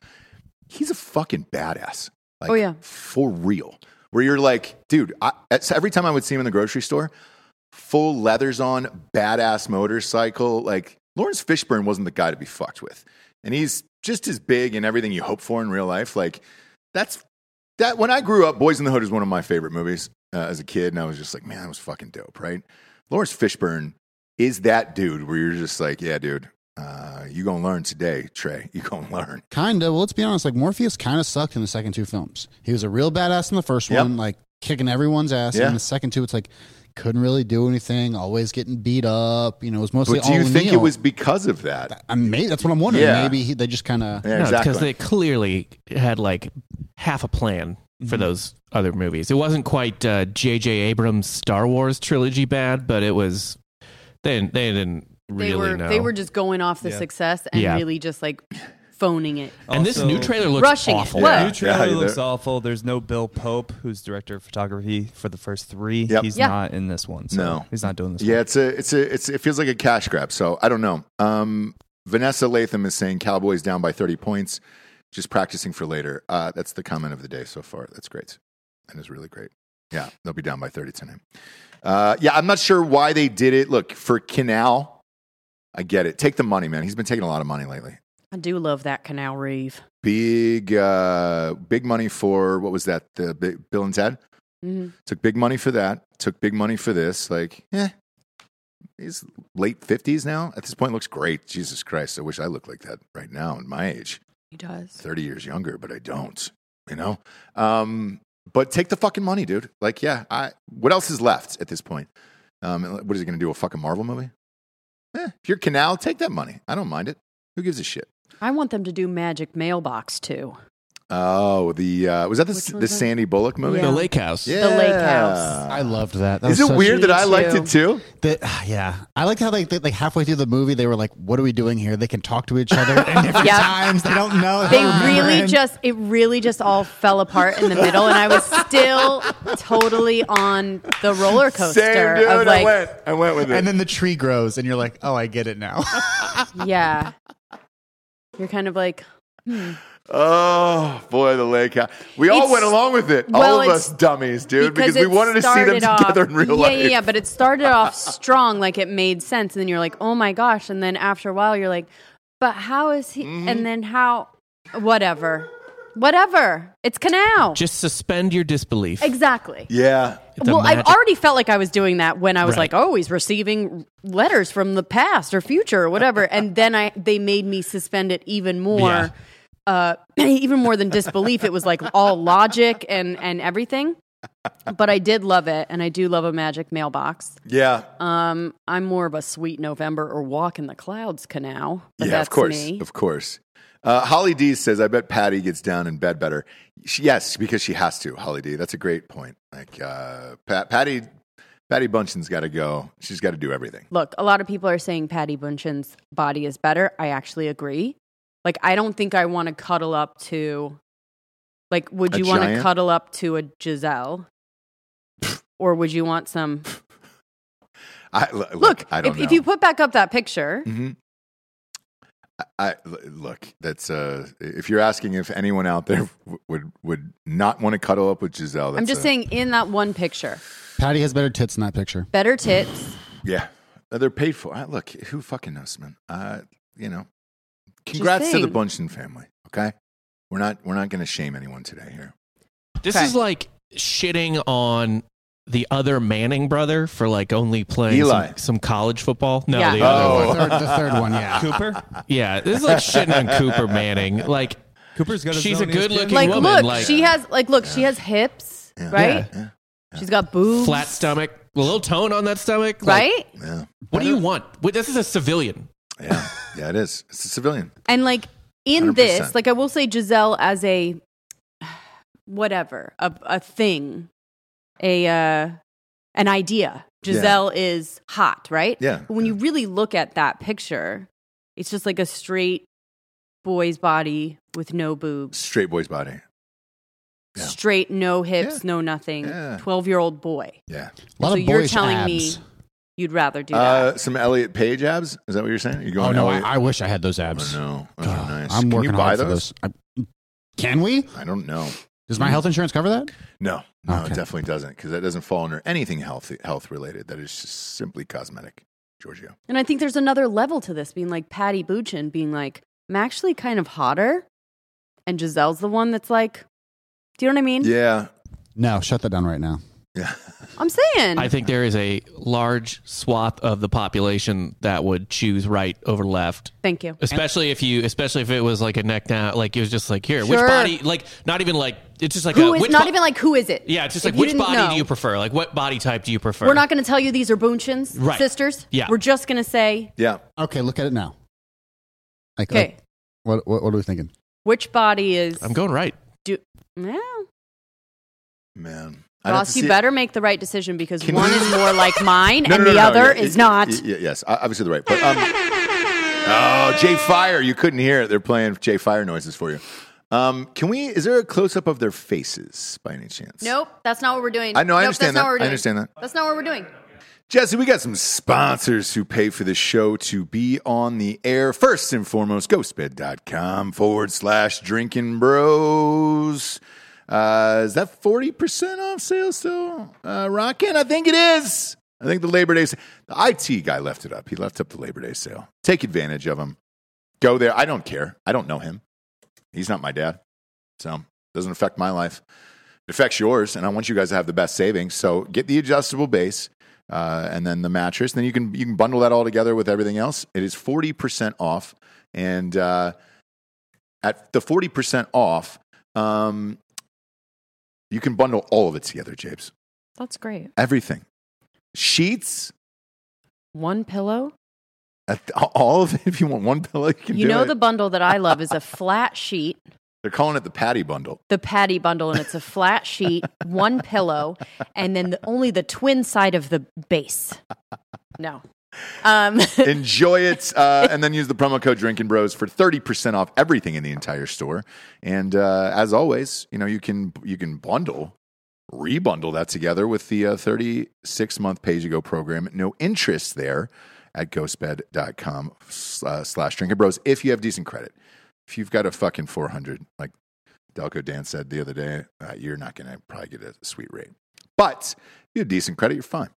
A: He's a fucking badass. Like,
B: Oh, yeah.
A: for real. Where you're like, dude. I, at, every time I would see him in the grocery store, full leathers on, badass motorcycle. Like Lawrence Fishburne wasn't the guy to be fucked with, and he's just as big and everything you hope for in real life. Like that's that. When I grew up, Boys in the Hood was one of my favorite movies uh, as a kid, and I was just like, man, that was fucking dope, right? Lawrence Fishburne is that dude where you're just like, yeah, dude, uh, you gonna learn today, Trey. You gonna learn.
C: Kinda. Well, let's be honest. Like Morpheus kind of sucked in the second two films. He was a real badass in the first
A: Yep.
C: one, like kicking everyone's ass.
A: Yeah.
C: And in the second two, it's like couldn't really do anything. Always getting beat up. You know, it was mostly.
A: But do you
C: all
A: think it
C: O'Neal.
A: was because of that?
C: I may, that's what I'm wondering.
A: Yeah.
C: Maybe he, they just kind of.
A: Yeah,
D: no,
A: exactly.
D: because they clearly had like half a plan for
B: Mm-hmm.
D: those other movies. It wasn't quite uh, J.J. Abrams' Star Wars trilogy bad, but it was they didn't, they didn't really
B: they were
D: know.
B: they were just going off the
E: Yeah.
B: success and
D: Yeah.
B: really just like phoning it.
D: and this new
E: Also-
D: trailer looks
B: Rushing it.
D: awful.
B: What?
E: New trailer
A: Yeah,
E: looks
A: they're-
E: awful. There's no Bill Pope, who's director of photography for the first three.
A: Yep.
E: He's
B: Yeah.
E: not in this one. So
A: No.
E: he's not doing this.
A: Yeah,
E: one.
A: it's a, it's a, it's, it feels like a cash grab. So I don't know. Um, Vanessa Latham is saying Cowboys down by 30 points, just practicing for later. Uh, that's the comment of the day so far. That's great. That is really great. Yeah, they'll be down by 30 tonight. Uh, yeah, I'm not sure why they did it. Look, for Canal, I get it. Take the money, man. He's been taking a lot of money lately.
B: I do love that Canal Reeve.
A: Big, uh, big money for what was that? The big, Bill and Ted?
B: Mhm.
A: Took big money for that. Took big money for this. Like, eh. He's late fifties now. At this point, looks great. Jesus Christ, I wish I looked like that right now in my age.
B: He does.
A: Thirty years younger, but I don't. You know. Um, but take the fucking money, dude. Like, yeah. I. What else is left at this point? Um, what is he going to do? A fucking Marvel movie? Eh, if you're Canal, take that money. I don't mind it. Who gives a shit?
B: I want them to do Magic Mailbox too.
A: Oh, the uh, was that the,
B: Which
A: the
B: one's that?
A: Sandy Bullock movie?
D: The
B: Yeah.
D: Lake House.
B: The Lake House.
C: I loved that. that
A: Is it
C: was such-
A: weird that I
B: Me
A: liked
B: too.
A: it too?
C: That, yeah, I liked how they, they like halfway through the movie they were like, "What are we doing here?" They can talk to each other at different
B: Yep.
C: times. They don't know.
A: Oh,
B: They
C: don't
B: really
C: remember.
B: just it really just all fell apart in the middle, and I was still totally on the roller coaster
A: Same dude.
B: of
A: I
B: like,
A: went. I went with it.
C: And then the tree grows, and you're like, "Oh, I get it now."
B: yeah, you're kind of like, hmm.
A: oh boy, the lake house. We all
B: It's-
A: went along with it.
B: well,
A: all of us
B: it's-
A: dummies, dude, because, we
B: it
A: wanted to see them
B: started off-
A: together in real
B: yeah,
A: life.
B: Yeah, yeah, but it started off strong, like it made sense, and then you're like, oh my gosh, and then after a while, you're like, But how is he?
A: Mm-hmm.
B: And then how? Whatever. Whatever. It's canal.
D: Just suspend your disbelief.
B: exactly.
A: Yeah.
D: It's a
B: Well,
D: magic-
B: I already felt like I was doing that when I was
D: Right.
B: like, "Oh, he's receiving letters from the past or future or whatever," and then I they made me suspend it even more, uh, even more than disbelief. It was like all logic and and everything. But I did love it, and I do love a magic mailbox.
A: Yeah.
B: Um, I'm more of a sweet November or walk in the clouds canal. But
A: yeah,
B: that's
A: of course.
B: Me.
A: Of course. Uh, Holly D says, I bet Patty gets down in bed better. She, yes, because she has to, Holly D. That's a great point. Like, uh, Pat, Patty, Patty Buncheon's got to go. She's got to do everything.
B: Look, a lot of people are saying Patty Buncheon's body is better. I actually agree. Like, I don't think I want to cuddle up to, like, would
A: A
B: you want to
A: giant?
B: cuddle up to a Giselle? or would you want some?
A: I, l- look,
B: Look,
A: I don't
B: if,
A: know.
B: if you put back up that picture,
A: Mhm. I, I- l- look. That's uh, if you're asking if anyone out there w- would would not want to cuddle up with Giselle. That's
B: I'm just
A: a-
B: saying in that one picture,
C: Patty has better tits in that picture.
B: better tits.
A: Yeah, Uh, they're paid for. Uh, look, who fucking knows, man? Uh, you know, congrats to the
B: saying.
A: Bunchen family. Okay, we're not we're not going to shame anyone today here.
D: This
B: Okay.
D: is like shitting on the other Manning brother for like only playing
A: Eli.
D: some, some college football. No,
B: Yeah.
D: the other
A: Oh.
C: The, third, the third one,
E: Ah,
C: yeah.
E: Cooper?
D: one. Yeah, this is like shitting on Cooper Manning. Like
E: Cooper's got his
D: She's a
E: own ESPN.
D: good-looking
B: Like,
D: woman,
B: look,
D: like- uh,
B: she has, like, look, she has hips,
A: Yeah.
B: right?
A: Yeah.
B: She's got boobs,
D: flat stomach, a little tone on that stomach. Like,
B: right?
A: Yeah,
D: What do you want? Wait, this is a civilian.
A: yeah, yeah. It is. It's a civilian.
B: And like in
A: 100%.
B: this, like I will say Giselle as a whatever, a, a thing, a uh, an idea. Giselle is hot, right?
A: Yeah.
B: But when you really look at that picture, it's just like a straight boy's body with no boobs,
A: Straight boy's body. Yeah.
B: straight, no hips,
A: Yeah.
B: no nothing.
A: Yeah.
B: 12 year old boy.
A: Yeah.
C: A lot
B: so
C: of
B: you're
C: boyish
B: telling
C: abs.
B: me you'd rather do that.
A: Uh, some Elliot Page abs. Is that what you're saying? You're going?
C: Oh no,
A: Elliot?
C: I, I wish I had those
A: I
C: abs.
A: don't know. Those are
C: Ugh,
A: nice.
C: I'm
A: Can
C: working
A: you buy
C: hard
A: those?
C: for those. Hmm. I- can we?
A: I don't know.
C: Does my health insurance cover that?
A: No, no, it
C: Okay.
A: definitely doesn't because that doesn't fall under anything health health related. That is just simply cosmetic, Giorgio.
B: And I think there's another level to this, being like Patty Buchan being like, I'm actually kind of hotter. And Giselle's the one that's like, do you know what I mean?
A: Yeah,
C: No, shut that down right now.
A: yeah,
B: I'm saying.
D: I think there is a large swath of the population that would choose right over left,
B: Thank you.
D: especially if you, especially if it was like a neck down, like it was just like here, which
B: Sure.
D: body, like not even like it's just like
B: Who
D: a,
B: is
D: which
B: not
D: bo-
B: even like who is it?
D: yeah, it's just
B: If
D: like
B: you
D: which
B: didn't
D: body
B: know,
D: do you prefer? Like what body type do you prefer?
B: We're not going to tell you these are Bunchins
D: Right.
B: sisters.
D: Yeah.
B: We're just going to say,
A: yeah.
C: Okay, look at it now. Like,
B: okay,
C: like, what, what what are we thinking?
B: which body is?
D: I'm going right.
B: Do yeah.
A: Man, I'd have to
B: Ross, you
A: see-
B: better make the right decision because
A: Can
B: one
A: we-
B: is more like mine
A: No,
B: and
A: no,
B: the
A: no, no,
B: other
A: yeah,
B: is
A: yeah,
B: not.
A: yeah, yes, I- obviously the right. But um, oh, Jay Fire, you couldn't hear it. They're playing Jay Fire noises for you. Um, can we? Is there a close up of their faces by any chance?
B: Nope, that's not what we're doing.
A: I know. I
B: Nope,
A: understand
B: that's not
A: that.
B: what we're
A: I
B: doing.
A: understand that.
B: That's not what we're doing.
A: Jesse, we got some sponsors who pay for the show to be on the air. First and foremost, ghostbed.com forward slash drinking bros. Uh, is that 40% off sale still uh, rocking? I think it is. I think the Labor Day, sa- the IT guy left it up. He left up the Labor Day sale. Take advantage of him. Go there. I don't care. I don't know him. He's not my dad. So doesn't affect my life. It affects yours. And I want you guys to have the best savings. So get the adjustable base uh, and then the mattress. Then you can you can bundle that all together with everything else. It is forty percent off, and uh, at the forty percent off, um, you can bundle all of it together, Japes.
B: That's great.
A: Everything, sheets,
B: One pillow.
A: uh, all of it. If you want one pillow, you can
B: You
A: do
B: know
A: it.
B: the bundle that I love is a flat sheet,
A: They're calling it the Patty Bundle.
B: the patty bundle, and it's a flat sheet, one pillow, and then the, only the twin side of the base. No. Um,
A: Enjoy it, uh, and then use the promo code Drinking Bros for thirty percent off everything in the entire store. And uh, as always, you know you can you can bundle, rebundle that together with the thirty six month pay as you go program. No interest there at ghostbed.com uh, slash Drinking Bros if you have decent credit. If you've got a fucking four hundred, like Delco Dan said the other day, uh, you're not going to probably get a sweet rate. But if You have decent credit, you're fine.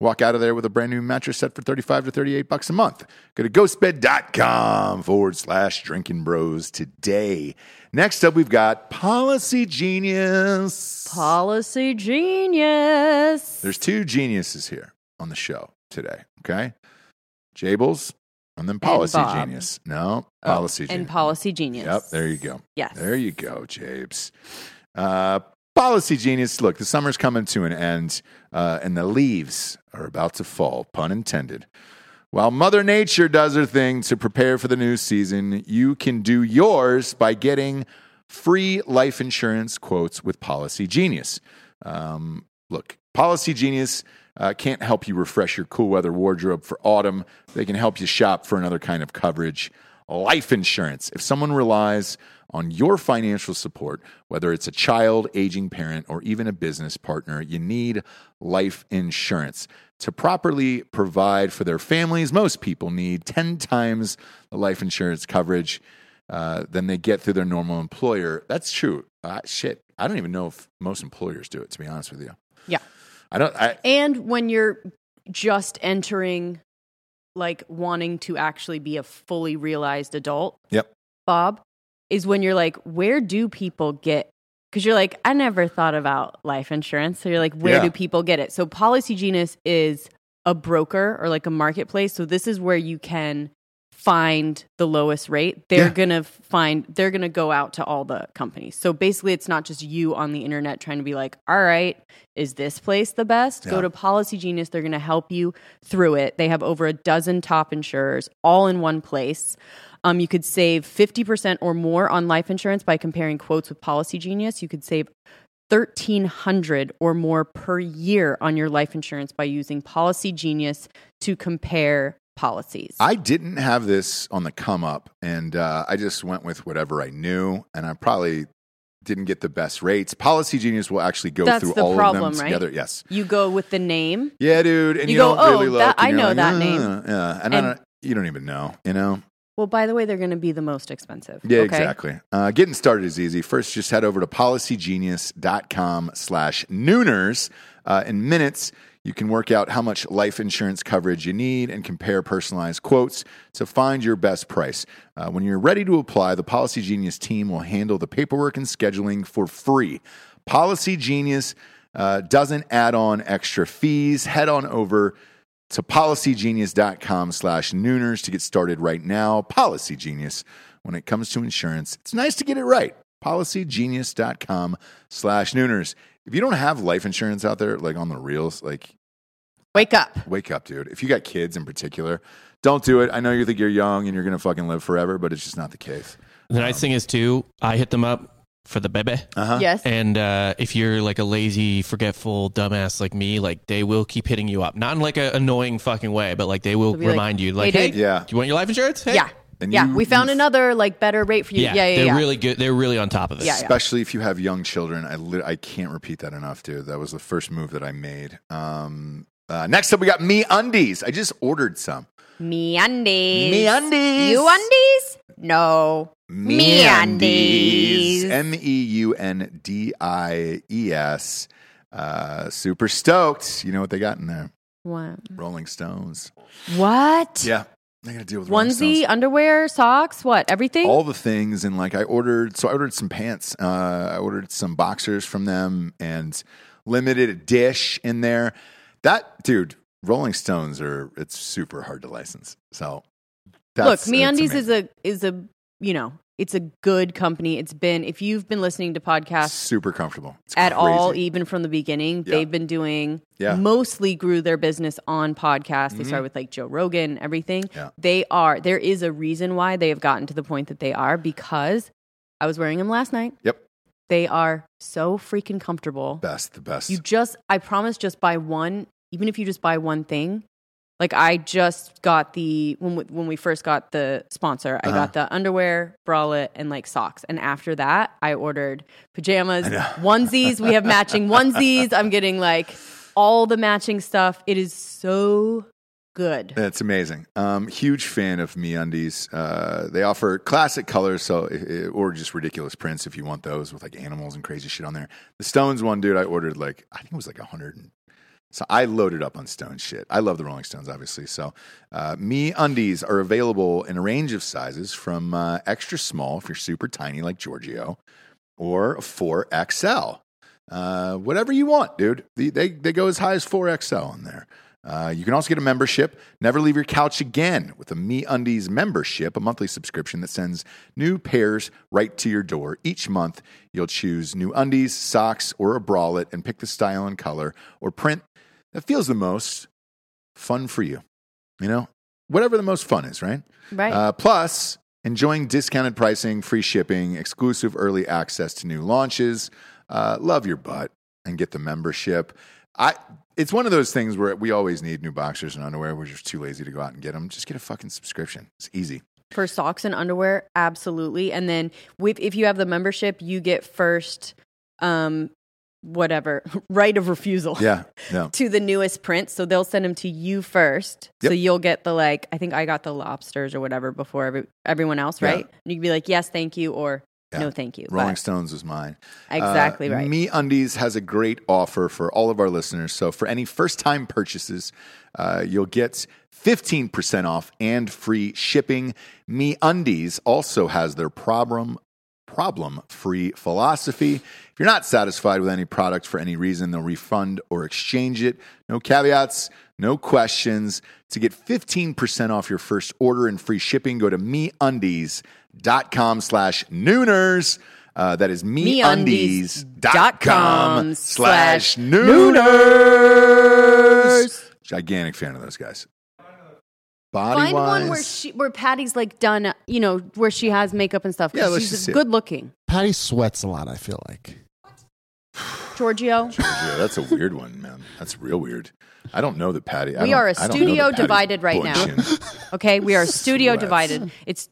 A: Walk out of there with a brand new mattress set for 35 to 38 bucks a month. Go to ghostbed.com forward slash drinking bros today. Next up, we've got Policy Genius.
B: Policy genius.
A: There's two geniuses here on the show today, okay? Jables and then Policy
B: Bob.
A: Genius. No,
B: Oh,
A: Policy
B: And
A: Genius.
B: policy genius.
A: Yep, there you go.
B: Yes.
A: There you go, Japes. Uh, policy genius. Look, the summer's coming to an end, uh, and the leaves are about to fall, pun intended. While Mother Nature does her thing to prepare for the new season, you can do yours by getting free life insurance quotes with Policy Genius. Um, look, Policy Genius uh, can't help you refresh your cool weather wardrobe for autumn. They can help you shop for another kind of coverage. Life insurance. If someone relies on your financial support, whether it's a child, aging parent, or even a business partner, you need life insurance. To properly provide for their families, most people need 10 times the life insurance coverage uh, than they get through their normal employer. That's true. Uh, shit, I don't even know if most employers do it. To be honest with you,
B: Yeah.
A: I don't. I,
B: And when you're just entering, like wanting to actually be a fully realized adult,
A: Yep.
B: Bob, is when you're like, where do people get? Because you're like, I never thought about life insurance. So you're like, where
A: Yeah.
B: do people get it? So Policy Genius is a broker or like a marketplace. So this is where you can find the lowest rate. They're
A: Yeah.
B: gonna find. They're gonna go out to all the companies. So basically, it's not just you on the internet trying to be like, all right, is this place the best?
A: Yeah.
B: Go to Policy Genius. They're going to help you through it. They have over a dozen top insurers all in one place. Um, you could save 50% or more on life insurance by comparing quotes with Policy Genius. You could save 1300 or more per year on your life insurance by using Policy Genius to compare policies.
A: I didn't have this on the come up, and uh, I just went with whatever I knew, and I probably didn't get the best rates. Policy Genius will actually go
B: That's
A: through
B: the
A: all of
B: problem,
A: them
B: right?
A: together. Yes.
B: you go with the name.
A: Yeah, dude. And you,
B: You go,
A: don't really
B: "Oh,
A: look.
B: that-
A: and
B: I
A: you're
B: know
A: like,
B: that
A: "Uh,
B: name."
A: Yeah, and, I
B: And-
A: don't, you don't even know. You know.
B: Well, by the way, they're going to be the most expensive.
A: Yeah,
B: okay?
A: exactly. Uh, getting started is easy. First, just head over to policygenius.com slash nooners. Uh, in minutes, you can work out how much life insurance coverage you need and compare personalized quotes to find your best price. Uh, when you're ready to apply, the Policy Genius team will handle the paperwork and scheduling for free. Policy Genius uh, doesn't add on extra fees. Head on over to policygenius.com slash nooners to get started right now. Policy Genius, when it comes to insurance, it's nice to get it right. Policygenius.com slash nooners. If you don't have life insurance out there, like on the reels, like
B: Wake up.
A: wake up, dude. If you got kids in particular, don't do it. I know you think you're young and you're going to fucking live forever, but it's just not the case.
D: The nice thing is too, I hit them up for the baby.
A: Uh-huh.
B: Yes.
D: And uh, if you're like a lazy, forgetful dumbass like me, like they will keep hitting you up. Not in like an annoying fucking way, but like they will
B: be like,
D: remind you, like,
B: "Hey,
D: hey,
B: dude."
A: Yeah.
D: do you want your life insurance? Hey.
B: yeah.
A: And
B: yeah.
A: you-
B: we found
A: you-
B: another like better rate for you.
D: Yeah,
B: Yeah. Yeah.
D: they're
B: yeah.
D: really good. They're really on top of this.
B: Yeah, yeah.
A: especially if you have young children. I lit I can't repeat that enough, dude. That was the first move that I made. Um, uh, next up, we got me undies. I just ordered some
B: Me undies.
A: Me undies.
B: You undies? No. Me undies.
A: M e u n d i e s. Uh, super stoked. You know what they got in there?
B: What?
A: Rolling Stones.
B: What?
A: Yeah, they got to deal with Rolling Stones.
B: Onesie, underwear, socks, what? Everything?
A: all the things and like i ordered so i ordered some pants uh, i ordered some boxers from them and limited a dish in there that dude rolling stones are it's super hard to license so
B: Look,
A: that's,
B: Me Undies is a is a you know, it's a good company. It's been if you've been listening to podcasts
A: super comfortable It's
B: at all, e-
A: crazy.
B: even from the beginning,
A: Yeah.
B: they've been doing
A: Yeah.
B: mostly grew their business on podcasts. They
A: Mhm.
B: started with like Joe Rogan, everything.
A: Yeah.
B: They are there is a reason why they have gotten to the point that they are because I was wearing them last night.
A: Yep.
B: They are so freaking comfortable.
A: best the best
B: You just, I promise, just buy one. Even if you just buy one thing, like I just got the when we, when we first got the sponsor,
A: Uh-huh.
B: I got the underwear, bralette, and like socks. And after that, I ordered pajamas,
A: I know.
B: onesies. We have matching onesies. I'm getting like all the matching stuff. It is so good.
A: That's amazing. Um, huge fan of MeUndies. Uh, they offer classic colors, so or just ridiculous prints if you want those with like animals and crazy shit on there. The Stones one, dude, I ordered like I think it was like 100, and- So I loaded up on Stone shit. I love the Rolling Stones, obviously. So uh, me undies are available in a range of sizes from uh, extra small if you're super tiny like Giorgio, or 4XL. Uh, whatever you want, dude. They, they, they go as high as 4XL on there. Uh, you can also get a membership. Never leave your couch again with a Me Undies membership, a monthly subscription that sends new pairs right to your door. Each month, you'll choose new undies, socks, or a bralette and pick the style and color or print that feels the most fun for you. You know, whatever the most fun is, right?
B: Right.
A: Uh, plus, enjoying discounted pricing, free shipping, exclusive early access to new launches. Uh, love your butt and get the membership. I. It's one of those things where we always need new boxers and underwear. We're just too lazy to go out and get them. Just get a fucking subscription. It's easy.
B: For socks and underwear, absolutely. And then with if you have the membership, you get first um whatever right of refusal
A: Yeah. No.
B: to the newest print. So they'll send them to you first. So
A: Yep.
B: you'll get the like I think I got the lobsters or whatever before every, everyone else,
A: Yeah.
B: right? And you can be like, "Yes, thank you" or
A: Yeah.
B: "No, thank you." But-
A: Rolling Stones was mine.
B: Exactly
A: Uh,
B: right.
A: Me Undies has a great offer for all of our listeners. So for any first time purchases, uh, you'll get 15% off and free shipping. Me Undies also has their problem problem free philosophy. If you're not satisfied with any product for any reason, they'll refund or exchange it. No caveats, no questions. To get 15% off your first order and free shipping, go to meundies.com slash nooners. Uh, that is meundies.com
B: meundies.com
A: slash
B: slash
A: nooners. Gigantic fan of those guys. Body
B: Find
A: wise,
B: one where she where Patty's like done, you know, where she has makeup and stuff. 'cause
A: Yeah, let's just
B: she's
A: see it.
B: good looking.
C: Patty sweats a lot. I feel like
B: Giorgio,
A: Yeah, that's a weird one, man. That's real weird. I don't know that Patty. I
B: We
A: don't-
B: are a
A: I don't know
B: studio
A: that Patty's
B: divided right now.
A: butching.
B: okay, we are studio
A: Sweats.
B: divided. It's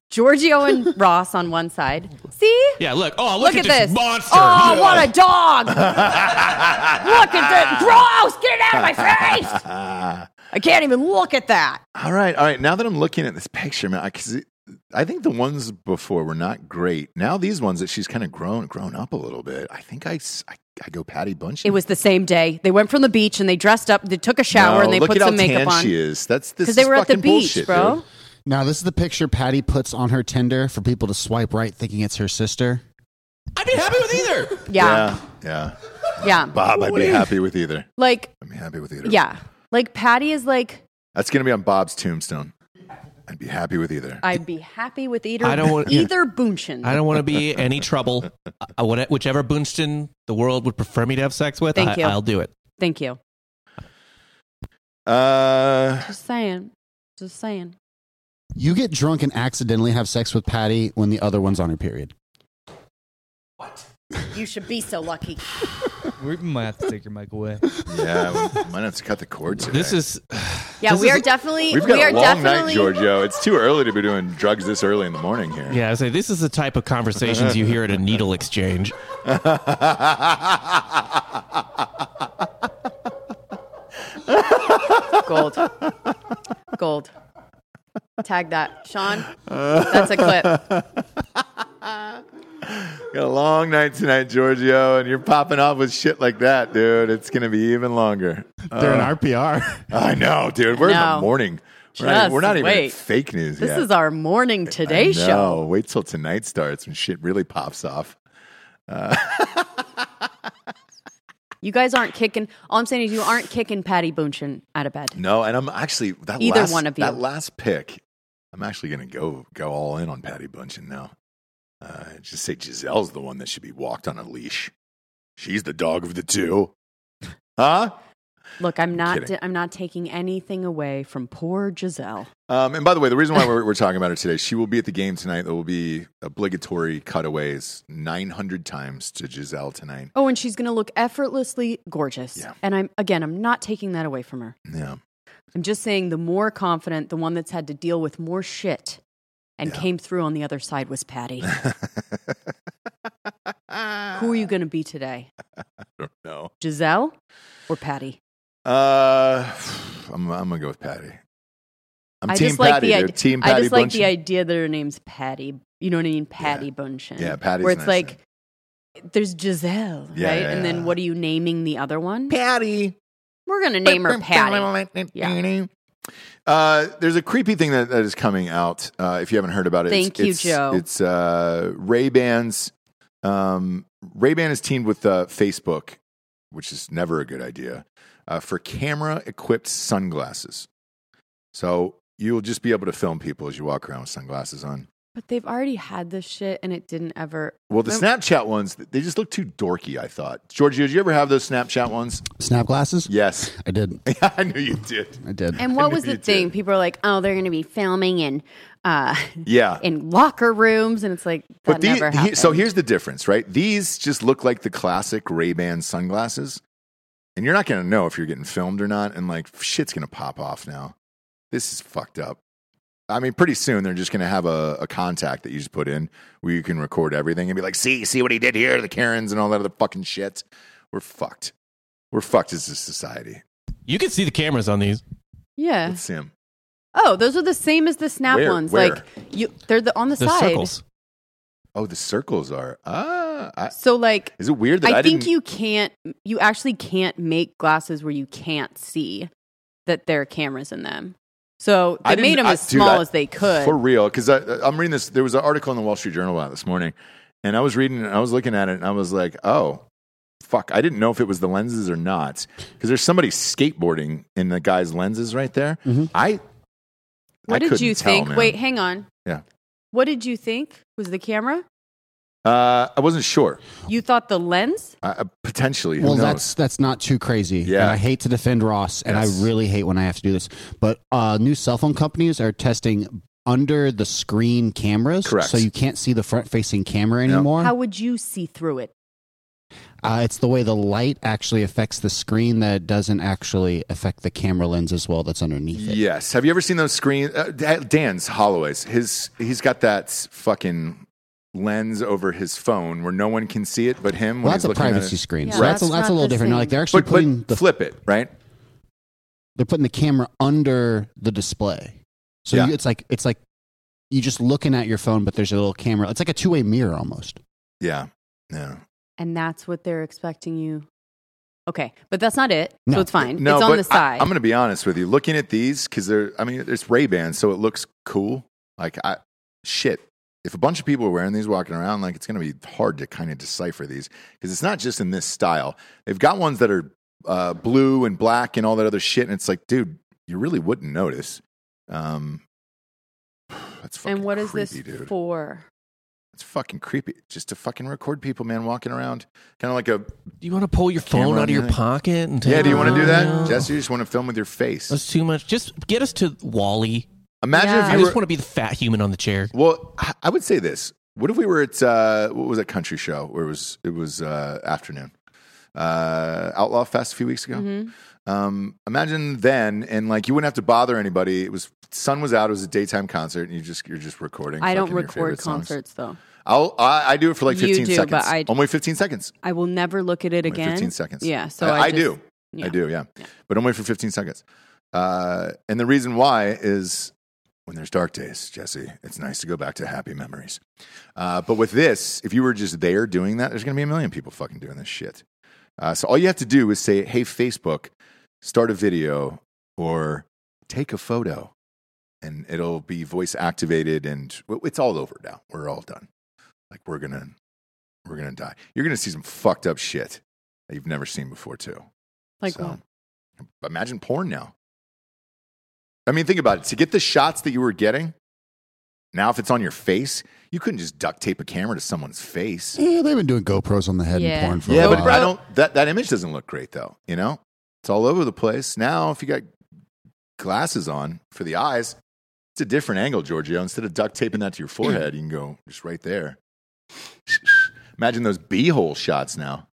B: Giorgio and Ross on one side. See?
D: Yeah, look. Oh, look,
B: Look,
D: at,
B: at,
D: this,
B: this
D: monster.
B: Oh, what a dog! Look at this. Gross! Get it out of my face!
A: Ah.
B: I can't even look at that.
A: all right, all right. Now that I'm looking at this picture, man, because I think the ones before were not great. Now these ones that she's kind of grown grown up a little bit. I think I s- I, I go Patty Bunch.
B: It was the same day. They went from the beach and they dressed up. They took a shower and they
A: look
B: put
A: at
B: some
A: how
B: makeup
A: tan She
B: on
A: is. That's this
B: because they
A: is
B: were at the
A: fucking
B: beach,
A: bullshit,
B: bro.
A: dude.
C: now this is the picture Patty puts on her Tinder for people to swipe right, thinking it's her sister.
D: I'd be happy with either.
B: Yeah,
A: yeah,
B: yeah.
A: Bob, I'd be happy with either.
B: Like,
A: I'd be happy with either.
B: yeah. Like Patty is like,
A: that's gonna be on Bob's tombstone. I'd be happy with either.
B: I'd be happy with either.
D: I don't want-
B: either Boonshin.
D: I don't want to be any trouble. I, what- whichever Boonston the world would prefer me to have sex with,
B: Thank
D: I,
B: you.
D: I'll do it.
B: Thank you.
A: Uh,
B: Just saying. Just saying.
C: You get drunk and accidentally have sex with Patty when the other one's on her period.
B: You should be so lucky.
E: We might have to take your mic away.
A: yeah, we might have to cut the cord today.
D: This is
B: Yeah,
D: This
B: we
D: is-
B: are definitely.
A: We've
B: we
A: got
B: are
A: a long night,
B: definitely.
A: Giorgio. It's too early to be doing drugs this early in the morning here.
D: yeah. I say this is the type of conversations you hear at a needle exchange.
B: Gold. Gold. Tag that. Sean, that's a clip.
A: got a long night tonight, Giorgio, and you're popping off with shit like that, dude. It's gonna be even longer.
C: They're an RPR.
A: I know, dude. We're in the
B: No.
A: morning. We're not,
B: Just
A: we're not even at
B: wait.
A: fake news
B: This
A: yet.
B: is our morning today show.
A: No, wait till tonight starts when shit really pops off.
B: You guys aren't kicking. All I'm saying is you aren't kicking Patty Boonchin out of bed.
A: No, and I'm actually that
B: Either
A: last,
B: one of you.
A: that last pick. I'm actually going to go go all in on Patty Bunchen now. Uh, just say Giselle's the one that should be walked on a leash. She's the dog of the two, huh?
B: Look, I'm not.
A: kidding.
B: I'm not taking anything away from poor Giselle.
A: Um, and by the way, the reason why we're, we're talking about her today, she will be at the game tonight. There will be obligatory cutaways 900 times to Giselle tonight.
B: Oh, and she's going to look effortlessly gorgeous.
A: Yeah.
B: And I'm again. I'm not taking that away from her.
A: Yeah,
B: I'm just saying the more confident, the one that's had to deal with more shit and
A: Yeah.
B: came through on the other side was Patty. Who are you going to be today?
A: no.
B: Giselle or Patty?
A: Uh, I'm, I'm gonna go with Patty. I'm
B: I
A: team
B: just
A: Patty.
B: like the
A: dude.
B: idea-
A: team Patty
B: I just like
A: Bunchen.
B: the idea that her name's Patty. You know what I mean? Patty Bunchen.
A: Yeah, Patty's
B: Where it's
A: nice
B: like, there's Giselle,
A: Yeah,
B: right?
A: yeah,
B: and
A: yeah.
B: then what are you naming the other one?
A: Patty.
B: We're gonna name her Patty. Yeah.
A: Uh, there's a creepy thing that, that is coming out. Uh, if you haven't heard about it,
B: Thank you,
A: it's,
B: Joe.
A: It's uh, Ray Ban's. Um, Ray Ban is teamed with uh, Facebook, which is never a good idea, uh, for camera equipped sunglasses. So you will just be able to film people as you walk around with sunglasses on.
B: But they've already had this shit, and it didn't ever.
A: Well, the
B: Nope.
A: Snapchat ones, they just look too dorky, I thought. Georgia, did you ever have those Snapchat ones?
C: Snap glasses?
A: Yes.
C: I did.
A: I knew you did.
C: I did.
B: And what was
A: knew
B: the
A: you
B: thing?
A: did.
B: People are like, "Oh, they're gonna be filming in, uh,
A: Yeah.
B: in locker rooms," and it's like that
A: but the,
B: never
A: he-
B: happened.
A: so here's the difference, right? These just look like the classic Ray Ban sunglasses, and you're not going to know if you're getting filmed or not, and like shit's going to pop off now. This is fucked up. I mean, pretty soon they're just going to have a, a contact that you just put in where you can record everything and be like, see, see what he did here, the Karens and all that other fucking shit. We're fucked. We're fucked as a society.
D: You can see the cameras on these.
B: yeah.
A: Let's see him.
B: Oh, those are the same as the snap
A: Where-
B: ones.
A: where?
B: Like you, they're the on the,
D: The
B: side.
D: circles.
A: Oh, the circles are. Ah, I,
B: So like,
A: is it weird that I,
B: I think
A: didn't-
B: you can't. You actually can't make glasses where you can't see that there are cameras in them. So
A: I
B: they
A: didn't-
B: made them
A: I-
B: as
A: dude,
B: small
A: I-
B: as they could.
A: for real. Because I'm reading this. There was an article in the Wall Street Journal about it this morning, and I was reading it, and I was looking at it, and I was like, oh. Fuck, I didn't know if it was the lenses or not because there's somebody skateboarding in the guy's lenses right there.
C: Mhm.
A: I
B: what
A: I
B: did
A: couldn't
B: you
A: tell,
B: think?
A: man.
B: Wait, hang on.
A: Yeah.
B: What did you think was the camera?
A: uh, I wasn't sure.
B: You thought the lens?
A: I, I- potentially, who
C: well,
A: knows?
C: that's that's not too crazy.
A: Yeah.
C: And I hate to defend Ross, and
A: Yes.
C: I really hate when I have to do this. But uh, new cell phone companies are testing under the screen cameras,
A: Correct.
C: So you can't see the front facing camera
A: Yeah.
C: anymore.
B: How would you see through it?
C: Uh, it's the way the light actually affects the screen that it doesn't actually affect the camera lens as well that's underneath it.
A: Yes. Have you ever seen those screen? Uh, Da- Dan's Holloway's. His he's got that fucking lens over his phone where no one can see it but him. when
C: Well, that's
A: he's
C: a
A: looking at
C: privacy
A: it.
C: screen,
B: Yeah,
C: so that's, a,
B: that's
C: that's
B: not
C: a little
B: the
C: different.
B: same.
C: Like they're actually
A: But,
C: putting
A: but
C: the
A: flip it right.
C: they're putting the camera under the display, so
A: Yeah.
C: you, it's like it's like you're just looking at your phone, but there's a little camera. It's like a two way mirror almost.
A: Yeah. Yeah.
B: And that's what they're expecting you. Okay, but that's not it.
C: No.
B: So it's fine. it's on
A: but
B: the side.
A: I, am going to be honest with you. Looking at these, because they're, I mean, it's Ray Ban, so it looks cool. Like, I, shit. If a bunch of people are wearing these walking around, like, it's going to be hard to kind of decipher these because it's not just in this style. They've got ones that are uh, blue and black and all that other shit. And it's like, dude, you really wouldn't notice. Um, that's fucking
B: and what is this
A: creepy, dude.
B: for?
A: It's fucking creepy. Just to fucking record people, man, walking around. Kind of like a,
D: Do you want to pull your
A: camera
D: phone
A: on
D: out of
A: the
D: your
A: other-
D: pocket? And take
A: yeah, do you
D: it
A: want to do
D: out?
A: that?
D: No.
A: Jesse, you just want to film with your face.
D: That's too much. Just get us to Wally.
A: Imagine
B: Yeah.
A: if
D: I
A: you were,
D: just want to be the fat human on the chair.
A: Well, I- I would say this. What if we were at uh, what was that country show where it was it was uh, afternoon uh, Outlaw Fest a few weeks ago?
B: Mhm.
A: Um, imagine then, and like you wouldn't have to bother anybody. It was sun was out. It was a daytime concert, and you just you're just recording.
B: I don't
A: fucking your
B: record
A: favorite songs.
B: concerts though.
A: I'll I, I do it for like
B: You
A: 15
B: do,
A: seconds.
B: but I-
A: only 15 seconds.
B: I will never look at it
A: Only
B: again.
A: 15 seconds.
B: Yeah. So
A: I,
B: I,
A: I
B: just-
A: do. I
B: yeah.
A: do, yeah.
B: Yeah.
A: But only for 15 seconds. Uh, and the reason why is when there's dark days, Jesse, it's nice to go back to happy memories. Uh, but with this, if you were just there doing that, there's going to be a million people fucking doing this shit. Uh, so all you have to do is say, hey, Facebook, start a video or take a photo. And it'll be voice activated, and w- it's all over now. We're all done. Like we're gonna, we're gonna die. You're gonna see some fucked up shit that you've never seen before, too.
B: Like
A: So,
B: what?
A: Imagine porn now. I mean, think about it. To get the shots that you were getting, now if it's on your face, you couldn't just duct tape a camera to someone's face.
C: Yeah, they've been doing GoPros on the head
B: Yeah.
C: and porn for
A: Yeah,
C: a
A: but
C: while.
A: I don't. That that image doesn't look great though. You know, it's all over the place. Now, if you got glasses on for the eyes, it's a different angle, Giorgio. Instead of duct taping that to your forehead, you can go just right there. Imagine those beehole shots now.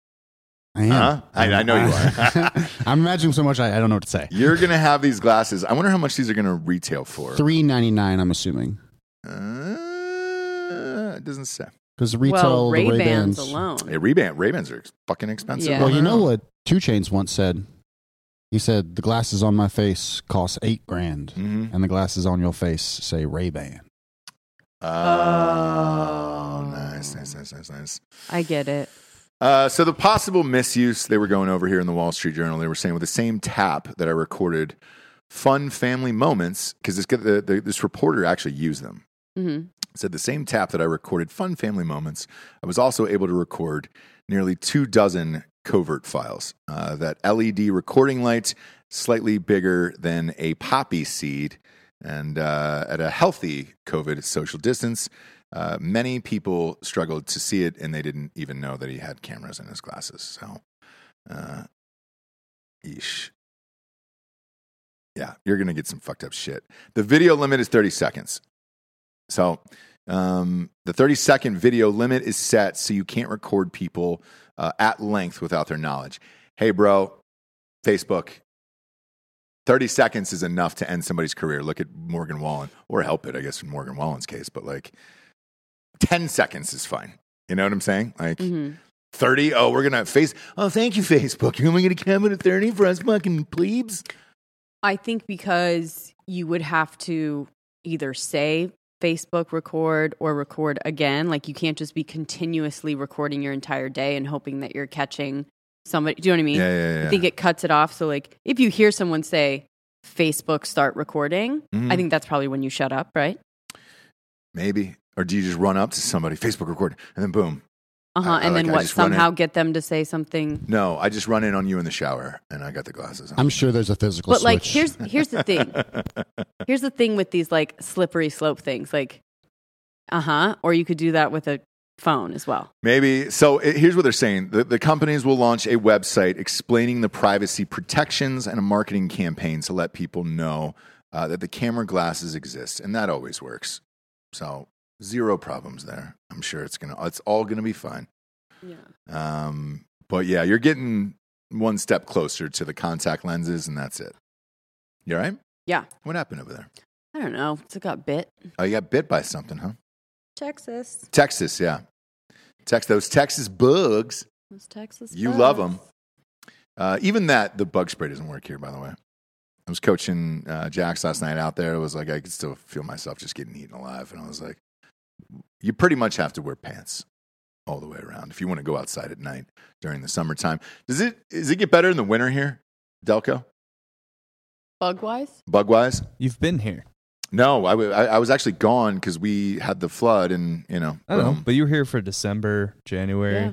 C: I am.
A: Huh? uh-huh. I- I know you are.
C: I'm imagining so much. I, I don't know what to say.
A: You're gonna have these glasses. I wonder how much these are gonna retail for.
C: Three ninety nine. I'm assuming
A: Uh, it doesn't say.
C: because retail
B: well,
C: the Ray Bans
B: alone.
A: Hey, Ray-Ban, Ray-Bans are ex- fucking expensive.
B: Yeah.
C: Well, you know what Two Chains once said. He said the glasses on my face cost eight grand,
A: hmm
C: and the glasses on your face say Ray Ban. Oh.
A: Oh, nice, nice, nice, nice, nice.
B: I get it.
A: Uh, so the possible misuse they were going over here in the Wall Street Journal, they were saying with the same tap that I recorded fun family moments because this, the, the, this reporter actually used them.
B: Mhm.
A: Said the same tap that I recorded fun family moments, I was also able to record nearly two dozen covert files. Uh, that LED recording light, slightly bigger than a poppy seed, and uh, at a healthy COVID social distance. Uh, many people struggled to see it, and they didn't even know that he had cameras in his glasses. So, uh, eesh. Yeah, you're gonna get some fucked up shit. The video limit is 30 seconds. So, um, the 30 second video limit is set so you can't record people uh, at length without their knowledge. Hey, bro, Facebook. 30 seconds is enough to end somebody's career. Look at Morgan Wallen, or help it, I guess, in Morgan Wallen's case. But like, 10 seconds is fine. You know what I'm saying? Like,
B: mm-hmm.
A: 30, oh, we're going to face. Oh, thank you, Facebook. You're only going to come in at 30 for us fucking plebes?
B: I think because you would have to either say Facebook record or record again. Like you can't just be continuously recording your entire day and hoping that you're catching somebody. Do you know what I mean?
A: Yeah, yeah, yeah.
B: I think it cuts it off. So like if you hear someone say Facebook start recording,
A: Mhm.
B: I think that's probably when you shut up, right?
A: Maybe. Or do you just run up to somebody, Facebook record, and then boom.
B: Uh huh.
A: I- I like-
B: And then
A: I
B: what?
A: just run
B: Somehow
A: in.
B: get them to say something.
A: No, I just run in on you in the shower and I got the glasses on.
C: I'm sure there's a physical.
B: but like
C: switch.
B: here's here's the thing. here's the thing with these like slippery slope things. Like uh huh. Or you could do that with a phone as well.
A: Maybe. So it, here's what they're saying the, the companies will launch a website explaining the privacy protections and a marketing campaign to let people know uh, that the camera glasses exist. And that always works. So zero problems there. I'm sure it's going to, it's all going to be fine.
B: Yeah.
A: Um, but yeah, you're getting one step closer to the contact lenses and that's it. You all right?
B: Yeah.
A: What happened over there?
B: I don't know. It's got bit.
A: Oh, you got bit by something, huh?
B: Texas.
A: Texas, yeah. Tex- those Texas bugs.
B: It's Texas.
A: You love 'em. Uh, even that, the bug spray doesn't work here, by the way. I was coaching uh, Jax last night out there. It was like I could still feel myself just getting eaten alive. And I was like, you pretty much have to wear pants all the way around if you want to go outside at night during the summertime. Does it, does it get better in the winter here, Delco,
B: Bug wise?
A: bug wise?
E: You've been here.
A: No, I wa- I- I was actually gone because we had the flood and, you know.
E: I don't know,
A: boom.
E: but you were here for December, January.
B: Yeah.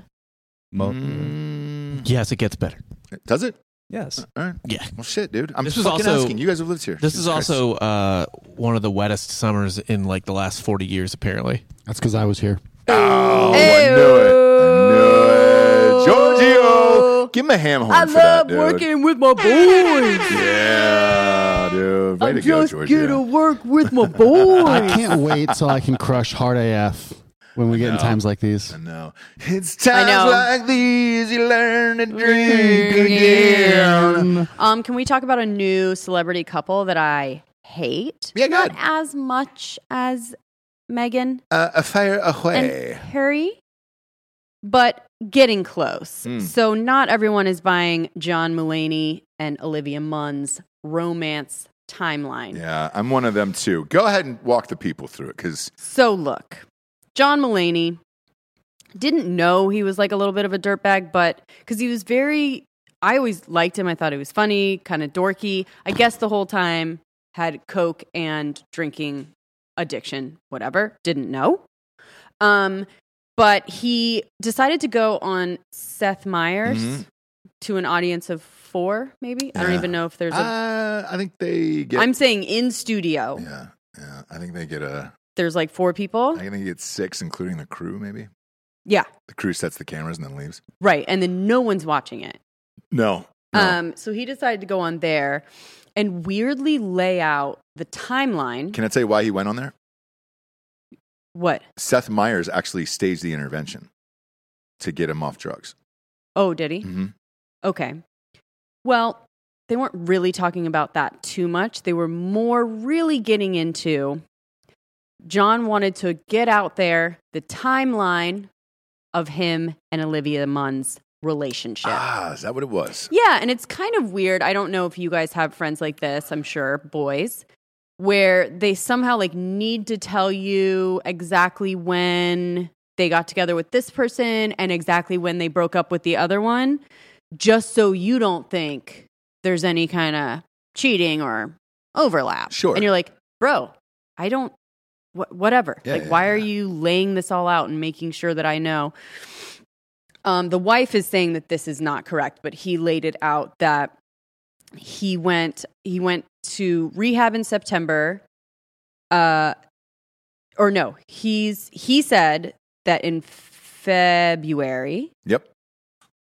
E: Mo-
A: Mm,
D: Yes, it gets better.
A: does it?
E: Yes.
A: All right.
D: Yeah.
A: Well, shit, dude. I'm
D: This
A: just
D: was
A: fucking
D: also-
A: asking. You guys have lived here.
D: This
A: Jesus
D: is
A: Christ.
D: also uh, one of the wettest summers in like the last 40 years, apparently.
C: that's because I was here.
A: Oh, I knew it. I knew it. Giorgio. Give him a ham horn
B: I
A: for that,
B: love
A: dude.
B: working with my boys.
A: Yeah, dude. Way
B: I
A: to go,
B: just get to
A: Giorgio.
B: work with my boys.
C: I can't wait till I can crush hard AF when we get in times like these.
A: I know. It's times
B: know.
A: like these you learn to drink
B: Drink
A: again.
B: Um, can we talk about a new celebrity couple that I hate?
A: Yeah, go
B: Not
A: ahead.
B: as much as Megan
A: Uh, a fire
B: and
A: away.
B: Harry, but getting close.
A: Mm.
B: So not everyone is buying John Mulaney and Olivia Munn's romance timeline.
A: Yeah, I'm one of them too. Go ahead and walk the people through it because
B: So look, John Mulaney didn't know he was like a little bit of a dirtbag, but because he was very, I always liked him. I thought he was funny, kind of dorky. I guess the whole time had coke and drinking addiction, whatever. Didn't know. Um, but he decided to go on Seth Meyers
A: Mhm.
B: to an audience of four, maybe. I don't
A: Yeah.
B: even know if there's a.
A: uh, I think they get.
B: I'm saying in studio,
A: yeah, yeah. I think they get a.
B: there's like four people.
A: I think they get six, including the crew. Maybe
B: yeah,
A: the crew sets the cameras and then leaves.
B: right. And then no one's watching it.
A: No. no.
B: Um, so he decided to go on there and weirdly lay out the timeline.
A: Can I tell you why he went on there?
B: what?
A: Seth Meyers actually staged the intervention to get him off drugs.
B: Oh, did he?
A: Mhm.
B: Okay. Well, they weren't really talking about that too much. They were more really getting into John wanted to get out there the timeline of him and Olivia Munn's relationship.
A: Ah, is that what it was?
B: Yeah, and it's kind of weird. I don't know if you guys have friends like this, I'm sure, boys, where they somehow like need to tell you exactly when they got together with this person and exactly when they broke up with the other one, just so you don't think there's any kind of cheating or overlap.
A: Sure.
B: And you're like, bro, I don't, wh- whatever.
A: Yeah,
B: like,
A: yeah,
B: why
A: yeah.
B: are you laying this all out and making sure that I know? Um, the wife is saying that this is not correct, but he laid it out that he went he went to rehab in September. Uh, or no, he's he said that in February.
A: Yep.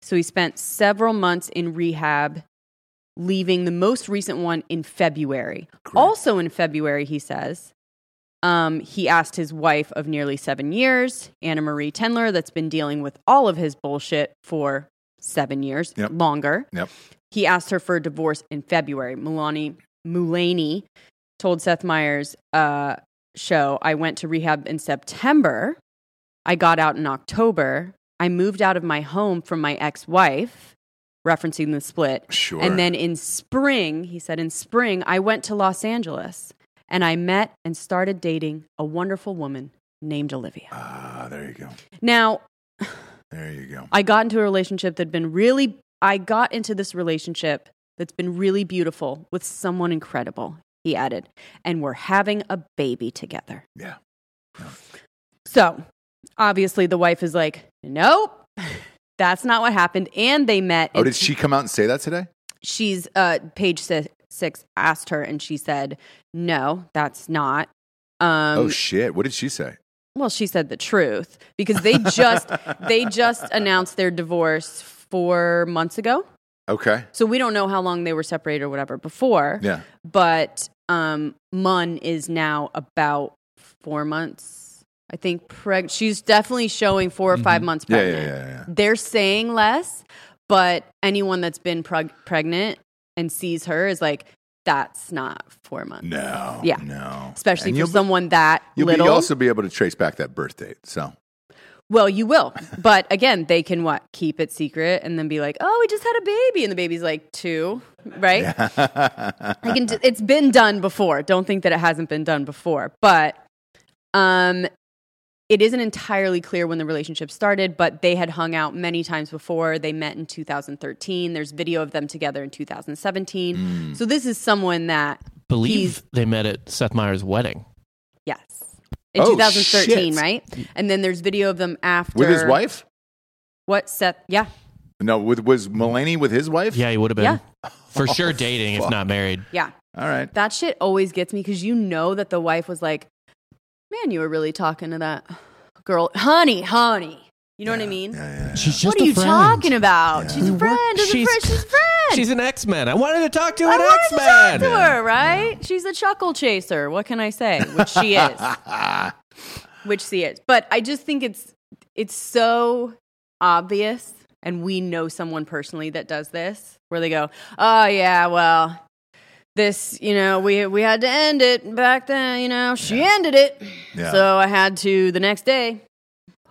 B: So he spent several months in rehab, leaving the most recent one in February. Also in February, he says, um, he asked his wife of nearly seven years, Anna Marie Tendler, that's been dealing with all of his bullshit for seven years,
A: Yep.
B: longer.
A: Yep.
B: He asked her for a divorce in February. Mulani Mulaney told Seth Meyers' uh, show, I went to rehab in September. I got out in October. I moved out of my home from my ex wife, referencing the split.
A: Sure.
B: And then in spring, he said, in spring, I went to Los Angeles and I met and started dating a wonderful woman named Olivia.
A: ah, there you go.
B: Now,
A: There you go.
B: I got into a relationship that'd been really, I got into this relationship that's been really beautiful with someone incredible, he added. And we're having a baby together.
A: Yeah.
B: So obviously the wife is like, nope, that's not what happened. And they met.
A: Oh,
B: and
A: did she come out and say that today?
B: she's uh page six, six asked her and she said no that's not um
A: oh shit! What did she say?
B: well she said the truth because they just they just announced their divorce four months ago
A: Okay.
B: so we don't know how long they were separated or whatever before
A: Yeah.
B: but um mun is now about four months i think preg- she's definitely showing four or five months
A: Mm-hmm. Yeah. Yeah.
B: pregnant
A: Yeah. yeah.
B: they're saying less, but anyone that's been preg- pregnant and sees her is like, that's not four months.
A: No.
B: Yeah.
A: No.
B: Especially
A: And
B: for
A: you'll be-
B: someone that
A: You'll
B: little.
A: Be, you'll also be able to trace back that birth date. So
B: well, you will. But again, they can what? Keep it secret and then be like, oh, we just had a baby. And the baby's like two, right? I can. d- It's been done before. Don't think that it hasn't been done before. But um, it isn't entirely clear when the relationship started. But they had hung out many times before. They met in 2013. There's video of them together in 2017.
A: Hmm.
B: So this is someone that
D: Believe
B: He's-
D: they met at Seth Meyers' wedding.
B: yes. In
A: Oh,
B: 2013,
A: shit.
B: right? And then there's video of them after
A: with his wife?
B: What Seth? Yeah,
A: No, with was Mulaney with his wife?
D: Yeah, he would have been for
A: Oh,
D: sure dating if
A: fuck.
D: not married.
B: yeah.
A: All right.
B: That shit always gets me because you know that the wife was like, "Man, you were really talking to that girl, honey, honey." You know what I mean?
A: Yeah, yeah, yeah.
C: She's just
B: What
C: a
B: are you
C: friend.
B: talking about?
A: Yeah.
B: She's a
C: We
B: friend. She's a
D: she's-
B: friend. She's a friend.
D: She's an X Men. I wanted to talk to
B: I
D: an X
B: wanted
D: Men.
B: to talk to her, right? She's a chuckle chaser. What can I say? Which she is. Which she is. But I just think it's it's so obvious, and we know someone personally that does this, where they go, "Oh yeah, well." This, you know, we we had to end it back then. You know, she ended it,
A: Yeah.
B: so I had to the next day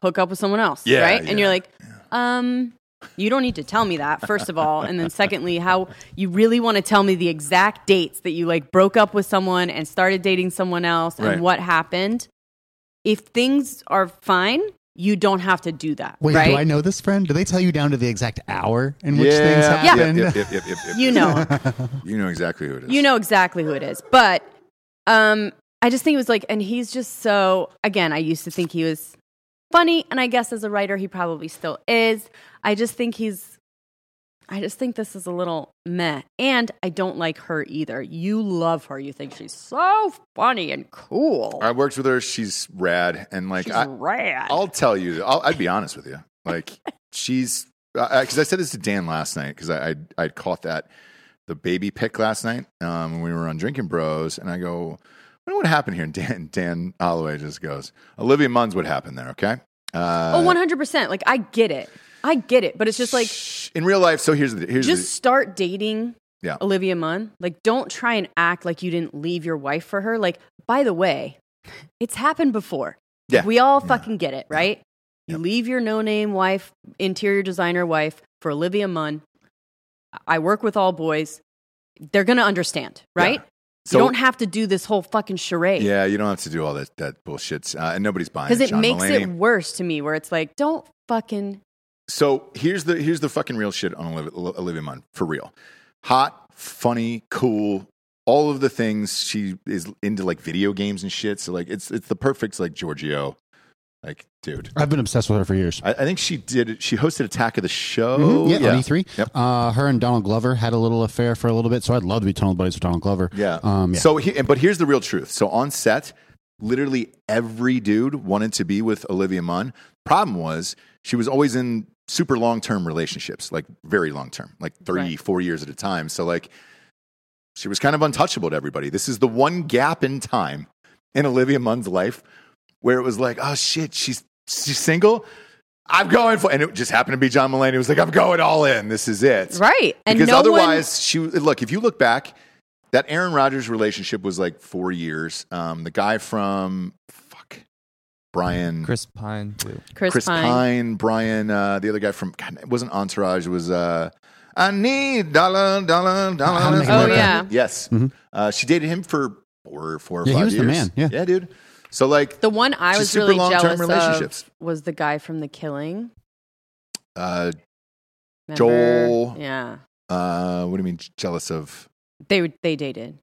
B: hook up with someone else,
A: Yeah,
B: right?
A: yeah.
B: And you're like, um, you don't need to tell me that, first of all. And then secondly, how you really want to tell me the exact dates that you like broke up with someone and started dating someone else and
A: Right.
B: what happened. If things are fine, you don't have to do that,
C: Wait,
B: right?
C: do I know this friend? Do they tell you down to the exact hour in which
A: yeah.
C: things
A: Yep,
C: happened?
A: yep, yep, yep, yep, yep.
B: you know him.
A: You know exactly who it is.
B: You know exactly who it is. But um I just think it was like and he's just so again, I used to think he was funny and I guess as a writer he probably still is. I just think he's I just think this is a little meh. And I don't like her either. You love her. You think she's so funny and cool.
A: I worked with her. She's rad, and like
B: she's
A: I,
B: rad.
A: I'll tell you, I'll, I'd be honest with you. Like she's because I said this to Dan last night because I, I I caught that the baby pick last night um, when we were on Drinking Bros, and I go, I wonder what happened here. And Dan Dan Holloway just goes, Olivia Munn's what happened there. Okay. Uh,
B: oh, 100%. Like I get it. I get it, but it's just like
A: in real life. So here's the here's
B: just start dating
A: Yeah.
B: Olivia Munn. Like, don't try and act like you didn't leave your wife for her. Like, by the way, it's happened before.
A: the, yeah.
B: We all
A: Yeah.
B: fucking get it, right? You leave your no name wife, interior designer wife for Olivia Munn. I work with all boys. They're going to understand, right?
A: So
B: you don't have to do this whole fucking charade.
A: yeah, you don't have to do all that that bullshit, uh, and nobody's buying
B: Because it
A: John
B: makes
A: Mulaney.
B: it worse to me where it's like, don't fucking
A: So here's the here's the fucking real shit on Olivia, Olivia Munn for real. Hot, funny, cool, all of the things she is into, like video games and shit. So like it's it's the perfect like Giorgio, like dude.
C: I've been obsessed with her for years.
A: I, I think she did. She hosted Attack of the Show.
C: Mhm. yeah, on E3.
A: Yep.
C: Uh, her and Donald Glover had a little affair for a little bit, so I'd love to be Donald buddies with Donald Glover.
A: Yeah.
C: Um, yeah.
A: So, he, but here's the real truth. So on set, literally every dude wanted to be with Olivia Munn. Problem was, she was always in super long term relationships, like very long term, like three,
B: Right.
A: four years at a time. So like, she was kind of untouchable to everybody. This is the one gap in time in Olivia Munn's life where it was like, oh shit, she's she's single. I'm going for, and it just happened to be John Mulaney. It was like, I'm going all in. This is it
B: right. And
A: because
B: no
A: otherwise, she look. If you look back, that Aaron Rodgers relationship was like four years. Um, the guy from fuck Brian
E: Chris Pine too.
B: one, Chris,
A: Chris
B: Pine.
A: Pine, Brian, uh, the other guy from God, it wasn't Entourage. It was uh, I need dollar, dollar,
C: How to
A: dollar.
C: Make a
B: Oh, Murder. yeah.
A: yes.
C: Mhm.
A: Uh, she dated him for four, four or
C: Yeah, he
A: five
C: was the
A: years.
C: man. Yeah.
A: yeah, dude. So like,
B: The one I
A: Just
B: was
A: super
B: really
A: long-term
B: jealous
A: relationships.
B: of was the guy from The Killing.
A: uh,
B: Remember?
A: Joel.
B: Yeah.
A: uh, what do you mean jealous of?
B: They would- they dated.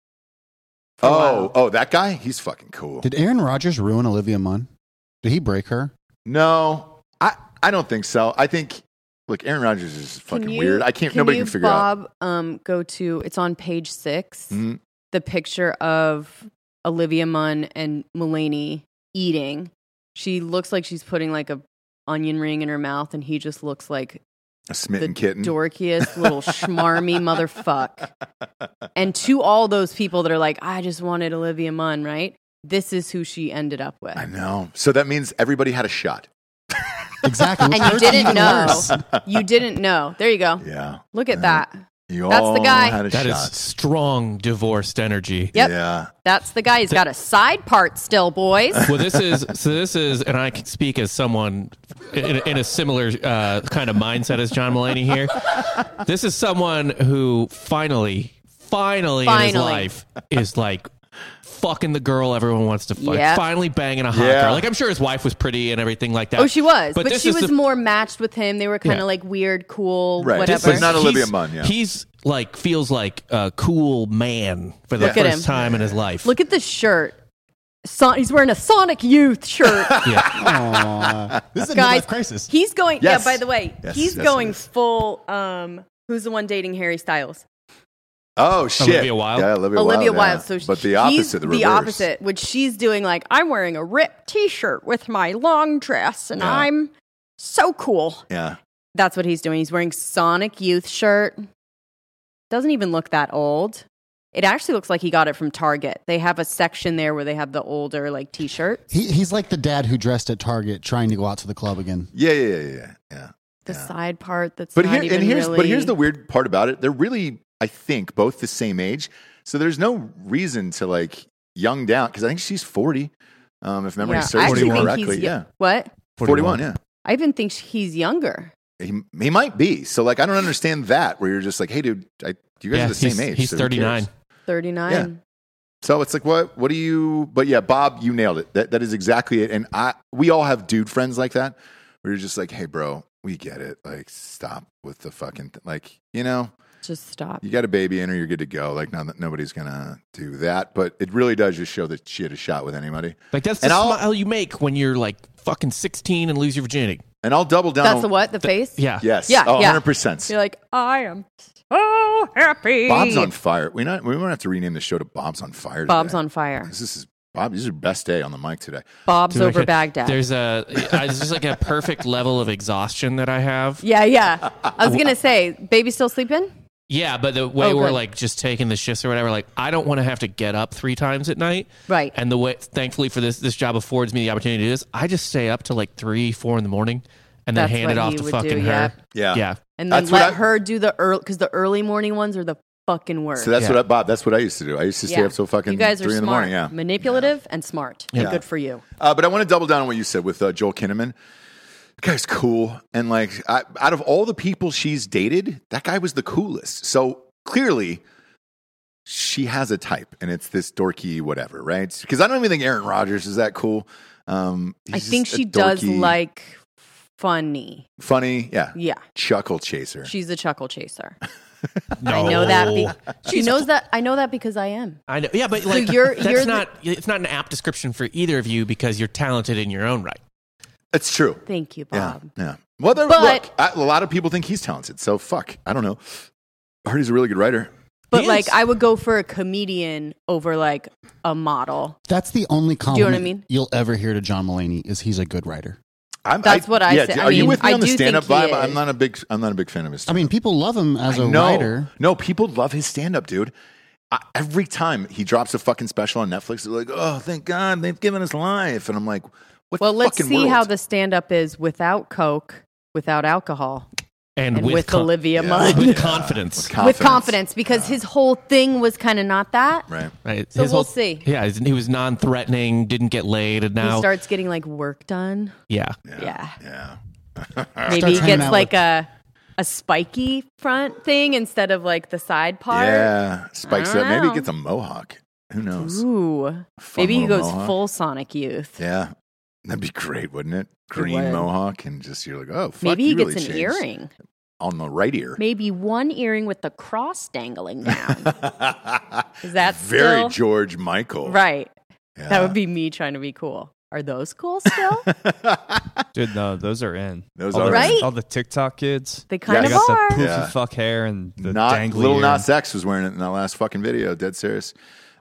B: For a
A: Oh,
B: while.
A: oh, that guy. He's fucking cool.
C: Did Aaron Rodgers ruin Olivia Munn? Did he break her?
A: No, I, I don't think so. I think look, Aaron Rodgers is
B: Can
A: fucking
B: you-
A: weird. I can't. nobody
B: you,
A: can figure out.
B: Bob, Um, go to it's on page 6
A: Mhm.
B: The picture of Olivia Munn and Mulaney eating. She looks like she's putting like a onion ring in her mouth, and he just looks like
A: A smitten
B: the
A: kitten.
B: dorkiest little schmarmy motherfuck. And to all those people that are like, I just wanted Olivia Munn, right? This is who she ended up with.
A: I know. So that means everybody had a shot.
C: Exactly. which
B: And you
C: hurts even
B: didn't know.
C: worse.
B: You didn't know. There you go.
A: Yeah,
B: Look at
A: Yeah.
B: that.
A: you
B: That's the
A: all
B: guy.
A: had a
D: That is
A: shot.
D: strong divorced energy.
B: Yep.
A: Yeah.
B: That's the guy. He's got a side part still, boys.
D: Well, this is so. This is, and I can speak as someone in, in a similar uh, kind of mindset as John Mulaney here. This is someone who finally, finally, in his
B: Finally.
D: life is like fucking the girl everyone wants to fuck.
B: Yep.
D: Finally banging a hot
A: Yeah.
D: girl. Like I'm sure his wife was pretty and everything like that.
B: Oh, she was, but,
D: this
B: she
D: is
B: was
D: the-
B: more matched with him. They were kind of
D: Yeah.
B: like weird, cool,
A: Right. Just
B: whatever.
A: But not Olivia
D: he's-
A: Munn, yeah.
D: He's like feels like a cool man for the
B: Look at him.
D: first time in his life.
B: Look at this shirt. Son- he's wearing a Sonic Youth shirt.
C: Aw. This is a
B: Guys,
C: midlife crisis.
B: He's going.
A: Yes.
B: Yeah. By the way,
A: Yes,
B: he's
A: yes,
B: going
A: yes.
B: full. Um, who's the one dating Harry Styles?
A: Oh shit.
D: Olivia Wilde?
A: Yeah, Olivia,
B: Olivia
A: Wilde.
B: Wilde.
A: yeah.
B: So she-
A: but the opposite.
B: he's
A: The, reverse.
B: the opposite, which she's doing. Like I'm wearing a ripped T-shirt with my long dress, and
A: Yeah.
B: I'm so cool.
A: Yeah.
B: That's what he's doing. He's wearing Sonic Youth shirt. Doesn't even look that old. It actually looks like he got it from Target. They have a section there where they have the older like t-shirts.
C: He, he's like the dad who dressed at Target trying to go out to the club again.
A: Yeah. Yeah. Yeah. Yeah. yeah.
B: The
A: Yeah.
B: side part that's
A: But
B: not
A: here,
B: even
A: and here's
B: really.
A: but here's the weird part about it. They're really, I think, both the same age, so there's no reason to like young down because I think she's forty, um, if memory
B: Yeah, I
A: serves
B: actually
A: me
B: think
A: correctly.
B: he's-
A: Yeah,
B: What?
A: forty-one. Yeah,
B: I even think he's younger.
A: he he might be. So like, I don't understand that. Where you're just like, hey, dude, I, you guys
D: Yeah,
A: are the same
D: he's-
A: age.
D: he's
A: so who cares?
D: 39.
B: 39.
A: Yeah. So it's like, what? What do you? But yeah, Bob, you nailed it. That that is exactly it. And I, we all have dude friends like that, where you're just like, hey, bro, we get it. Like, stop with the fucking th- like, you know.
B: Just stop.
A: you got a baby in her, you're good to go. Like, no, nobody's gonna do that. But it really does just show that she had a shot with anybody.
D: Like that's the
A: And I'll-
D: smile you make when you're like fucking 16 and lose your virginity.
A: And I'll double down.
B: That's
A: on-
B: the what? The face?
D: Yeah.
A: Yes.
B: Yeah,
A: Oh,
B: yeah.
A: 100%.
B: You're like, I am so happy.
A: Bob's on fire. We not. We won't have to rename the show to Bob's on fire.
B: Bob's
A: today.
B: on fire.
A: 'Cause This is Bob. This is your best day on the mic today.
B: Bob's
D: Dude, I
B: over
D: could-
B: Baghdad.
D: There's a I- it's just like a perfect level of exhaustion that I have.
B: yeah, yeah. I was going to say, baby still sleeping?
D: Yeah, but the way
B: Oh,
D: we're
B: good.
D: like just taking the shifts or whatever, like I don't want to have to get up three times at night.
B: Right.
D: And the way thankfully for this this job affords me the opportunity to do this, I just stay up till like three, four in the morning and then
B: That's
D: hand
B: what
D: it off
B: he
D: to
B: would
D: fucking
B: do,
D: her.
A: Yeah.
D: Yeah.
B: And then
A: That's what
B: let
A: I-
B: her do the early, because the early morning ones are the fucking worst.
A: So that's
D: Yeah.
A: what I, Bob. That's what I used to do. I used to stay
B: Yeah.
A: up till fucking
B: you guys are
A: three in the
B: smart,
A: morning. Yeah.
B: manipulative and smart. And
A: Yeah.
B: good for you.
A: Uh, but I want to double down on what you said with uh, Joel Kinnaman. That guy's cool, and like I, out of all the people she's dated, that guy was the coolest. So clearly, she has a type, and it's this dorky whatever, right? Because I don't even think Aaron Rodgers is that cool. Um, he's
B: I think
A: just a
B: she does
A: dorky,
B: like funny.
A: funny, yeah,
B: Yeah,
A: chuckle chaser.
B: she's a chuckle chaser.
D: No.
B: I know that. Be- she knows that. I know that because I am.
D: I know. Yeah, but like
B: you're-
D: that's
B: you're the-
D: not it's not an apt description for either of you because you're talented in your own right.
A: It's true.
B: Thank you,
A: Yeah,
B: Bob.
A: yeah. Well, there,
B: But-
A: look, I, a lot of people think he's talented, so fuck. I don't know. I heard he's a really good writer.
B: But
D: He
B: like,
D: is.
B: I would go for a comedian over like a model.
C: That's the only
B: I
C: compliment
B: mean?
C: you'll ever hear to John Mulaney is he's a good writer.
A: I'm,
B: That's what I
A: yeah,
B: said.
A: Are
B: I
A: you
B: mean,
A: with me
B: I
A: on the
B: do
A: stand-up
B: think he
A: vibe? I'm
B: is.
A: not a big. I'm not a big fan of his.
C: I mean, people love him as a
A: no,
C: writer.
A: No, people love his stand up, dude. I, every time he drops a fucking special on Netflix, they're like, oh, thank God they've given us life. And I'm like, what
B: Well, let's
A: fucking
B: see
A: world?
B: how the stand up is without Coke, without alcohol,
D: And,
B: and with,
D: with con-
B: Olivia
A: Yeah.
B: Munn.
D: with confidence.
B: With confidence, because his whole thing was kind of not that.
A: Right.
D: Right.
B: So
D: His
B: we'll
D: whole-
B: see.
D: Yeah, his- he was non-threatening, didn't get laid, and now
B: He starts getting like work done.
D: yeah.
B: Yeah.
A: Yeah.
B: Maybe
C: Starts
B: he
C: hanging
B: gets
C: out
B: like
C: with-
B: a a spiky front thing instead of like the side part.
A: Yeah. Spikes
B: I
A: up.
B: don't
A: Maybe he
B: know.
A: gets a mohawk. Who knows?
B: Ooh.
A: Fun
B: Maybe he
A: little
B: goes
A: mohawk.
B: full Sonic Youth.
A: Yeah. That'd be great, wouldn't it? Green
B: would.
A: mohawk and just you're like, oh, fuck,
B: Maybe he
A: you really
B: gets an
A: changed.
B: earring.
A: on the right ear.
B: Maybe one earring with the cross dangling down. Is that
A: very
B: still-
A: George Michael?
B: right.
A: Yeah.
B: That would be me trying to be cool. Are those cool still?
E: Dude, no, those are in.
A: Those
E: all
A: are
E: the,
B: Right?
E: All the TikTok kids.
B: They kind
A: Yeah.
E: They
B: of
E: got
B: are.
E: the poofy
A: Yeah.
E: fuck hair and the
A: Not
E: dangly
A: little
E: ear.
A: Nas X was wearing it in that last fucking video. Dead serious.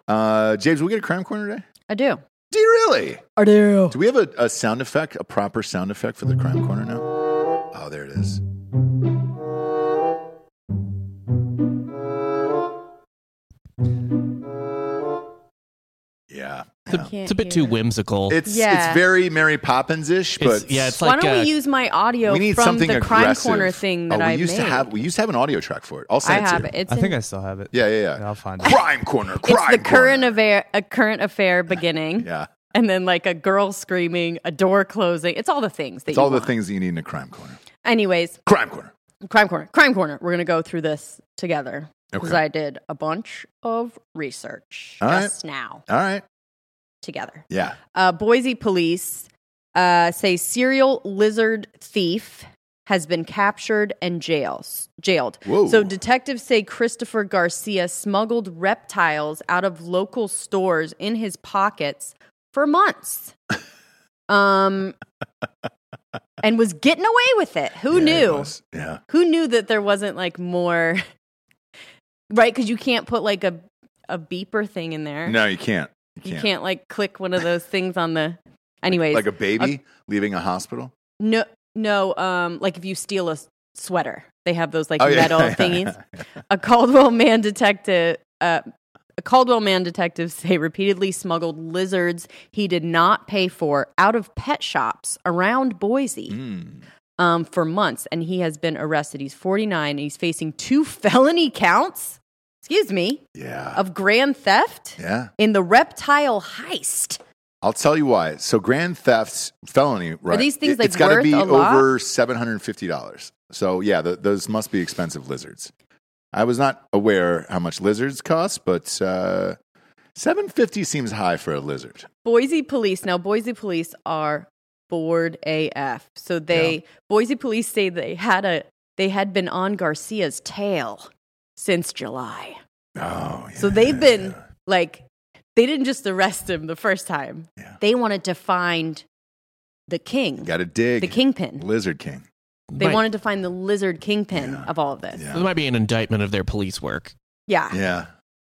A: Uh, James, will we get a crime corner today?
B: I do.
A: Do you really?
B: I do.
A: Do we have a, a sound effect, a proper sound effect for the crime corner now? Oh, there it is. Yeah. yeah.
D: It's a bit too whimsical.
A: It's
B: Yeah.
A: it's very Mary Poppins ish, but
D: It's- yeah, it's
B: Why
D: like
B: don't
D: uh,
B: we use my audio
A: we need
B: from
A: something
B: the crime
A: aggressive.
B: corner thing that
A: oh, we
B: I
A: used
B: made?
A: to have. We used to have an audio track for it. I'll
B: I
A: send it
B: have
A: to
B: it.
A: you.
B: It's
E: I think
B: in-
E: I still have it.
A: Yeah, yeah,
E: Yeah,
A: yeah.
E: I'll find it.
A: crime corner.
B: it's
A: Crime
B: the current
A: corner.
B: affair, a current affair beginning,
A: Yeah.
B: and then like a girl screaming, a door closing. It's all the things that
A: It's
B: you
A: all the
B: want.
A: things that you need in a crime corner.
B: Anyways,
A: Crime corner.
B: crime corner, crime corner. We're gonna go through this together because
A: Okay.
B: I did a bunch of research
A: All right.
B: just now
A: All right.
B: together.
A: Yeah.
B: Uh, Boise police uh, say serial lizard thief has been captured and jails, jailed.
A: Whoa.
B: So detectives say Christopher Garcia smuggled reptiles out of local stores in his pockets for months. um and was getting away with it. Who
A: Yeah, it
B: knew?
A: was. Yeah.
B: Who knew that there wasn't like more right cuz you can't put like a a beeper thing in there.
A: No, you can't. You
B: You
A: can't.
B: can't like click one of those things on the anyways.
A: Like a baby leaving a hospital.
B: no no um like if you steal a s- sweater. They have those like
A: Oh, yeah,
B: metal
A: yeah,
B: thingies.
A: yeah.
B: A Caldwell man detective, uh, a Caldwell man detectives say repeatedly smuggled lizards he did not pay for out of pet shops around Boise
A: Mm.
B: um, for months, and he has been arrested. He's 49 and he's facing two felony counts. Excuse me,
A: Yeah.
B: of grand theft
A: yeah.
B: in the reptile heist.
A: I'll tell you why. So grand thefts felony, right?
B: these things, like,
A: it's gotta
B: worth
A: be
B: a lot?
A: over seven hundred and fifty dollars. So yeah, th- those must be expensive lizards. I was not aware how much lizards cost, but uh, seven fifty seems high for a lizard.
B: Boise police. Now, Boise police are bored AF. So they Boise police say they had a they had been on Garcia's tail since July.
A: Oh, yeah.
B: So they've been like they didn't just arrest him the first time.
A: Yeah.
B: They wanted to find the king,
A: got to dig
B: the kingpin.
A: lizard king.
B: They
D: might,
B: wanted to find the lizard kingpin
A: Yeah.
B: of all of this. Yeah.
D: It might be an indictment of their police work.
A: Yeah,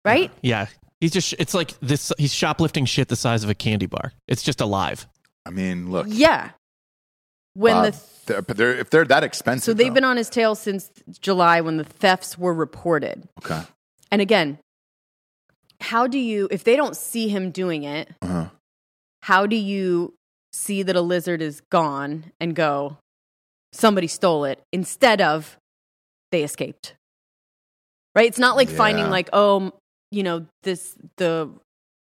B: Right?
D: Yeah. He's just it's like this he's shoplifting shit the size of a candy bar. It's just alive.
A: I mean, look,
B: Yeah. When
A: Bob,
B: the
A: they're, but they're, if they're that expensive,
B: so they've
A: though.
B: been on his tail since July when the thefts were reported.
A: okay.
B: And again, how do you, if they don't see him doing it,
A: Uh-huh.
B: how do you see that a lizard is gone and go, somebody stole it instead of they escaped? Right? It's not like finding,
A: Yeah.
B: like, oh, m- you know, this, the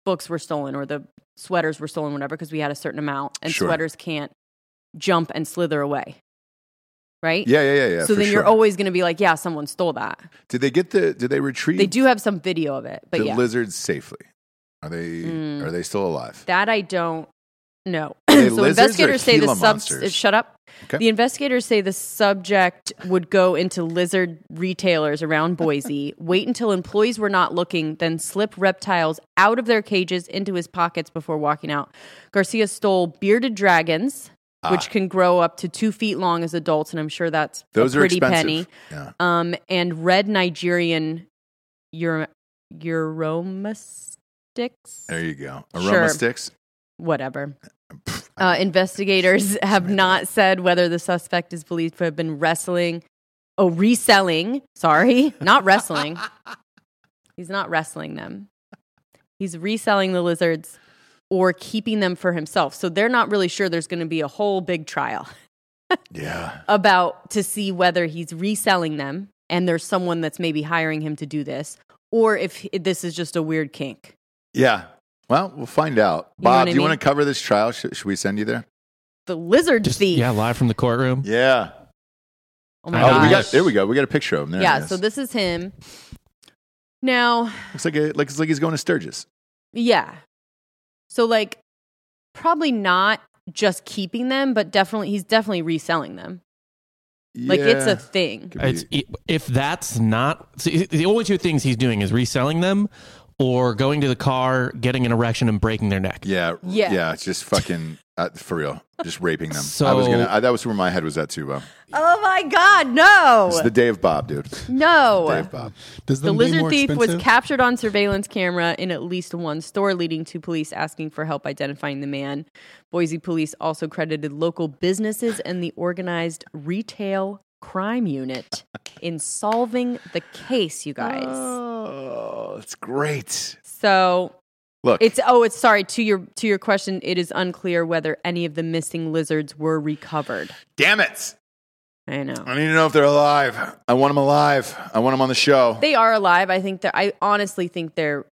B: books were stolen or the sweaters were stolen, whatever, because we had a certain amount and
A: Sure.
B: sweaters can't jump and slither away. right?
A: Yeah, yeah, yeah, yeah.
B: so
A: for
B: then
A: sure.
B: you're always going to be like, yeah, someone stole that.
A: Did they get the? Did they retrieve?
B: They do have some video of it, but
A: the
B: yeah,
A: lizards safely. Are they?
B: Mm.
A: Are they still alive?
B: that I don't know.
A: they
B: so
A: lizards
B: investigators
A: or
B: say the
A: Gila
B: subs.
A: monsters?
B: Shut up.
A: Okay.
B: The investigators say the subject would go into lizard retailers around Boise, wait until employees were not looking, then slip reptiles out of their cages into his pockets before walking out. Garcia stole bearded dragons,
A: Ah.
B: which can grow up to two feet long as adults, and I'm sure that's
A: Those
B: a
A: are
B: pretty
A: expensive.
B: penny.
A: Yeah.
B: Um, and red Nigerian ur- uromastics
A: There you go. Aroma
B: Sure.
A: sticks.
B: whatever. Uh, investigators have not said whether the suspect is believed to have been wrestling. Oh, reselling. Sorry, not wrestling. He's not wrestling them. He's reselling the lizards or keeping them for himself. So they're not really sure there's going to be a whole big trial
A: Yeah.
B: about to see whether he's reselling them and there's someone that's maybe hiring him to do this or if h- this is just a weird kink.
A: Yeah. Well, we'll find out.
B: You know what
A: Bob,
B: I
A: do you
B: mean?
A: want to cover this trial? Should, should we send you there?
B: The lizard
D: Just
B: thief.
D: yeah, live from the courtroom.
A: Yeah.
B: Oh
A: Oh,
B: my
A: we
B: gosh.
A: got there. We go. We got a picture of him. There
B: yeah
A: it is.
B: so this is him now
A: looks like a, looks like he's going to Sturgis.
B: yeah so like probably not just keeping them but definitely he's definitely reselling them like it's
A: Yeah.
B: a thing
A: Could be-
D: It's, e-, if that's not see, the only two things he's doing is reselling them or going to the car, getting an erection, and breaking their neck.
A: yeah, yeah,
B: Yeah.
A: yeah. It's just fucking uh, for real. Just raping them. I
D: So-
A: was gonna. I, that was where my head was at too, Bob.
B: oh my god
A: This
B: no
A: is the day of Bob, dude. Day
B: no
A: of Bob.
C: Does
B: the
C: them being
B: lizard
C: more
B: thief was
C: expensive?
B: captured on surveillance camera in at least one store, leading to police asking for help identifying the man. Boise police also credited local businesses and the organized retail crime unit in solving the case, you guys.
A: Oh, it's great.
B: So
A: Look,
B: it's oh, it's sorry to your to your question. It is unclear whether any of the missing lizards were recovered.
A: damn it.
B: I know
A: I need to know if they're alive. I want them alive. I want them on the show.
B: they are alive. I think that I honestly think they're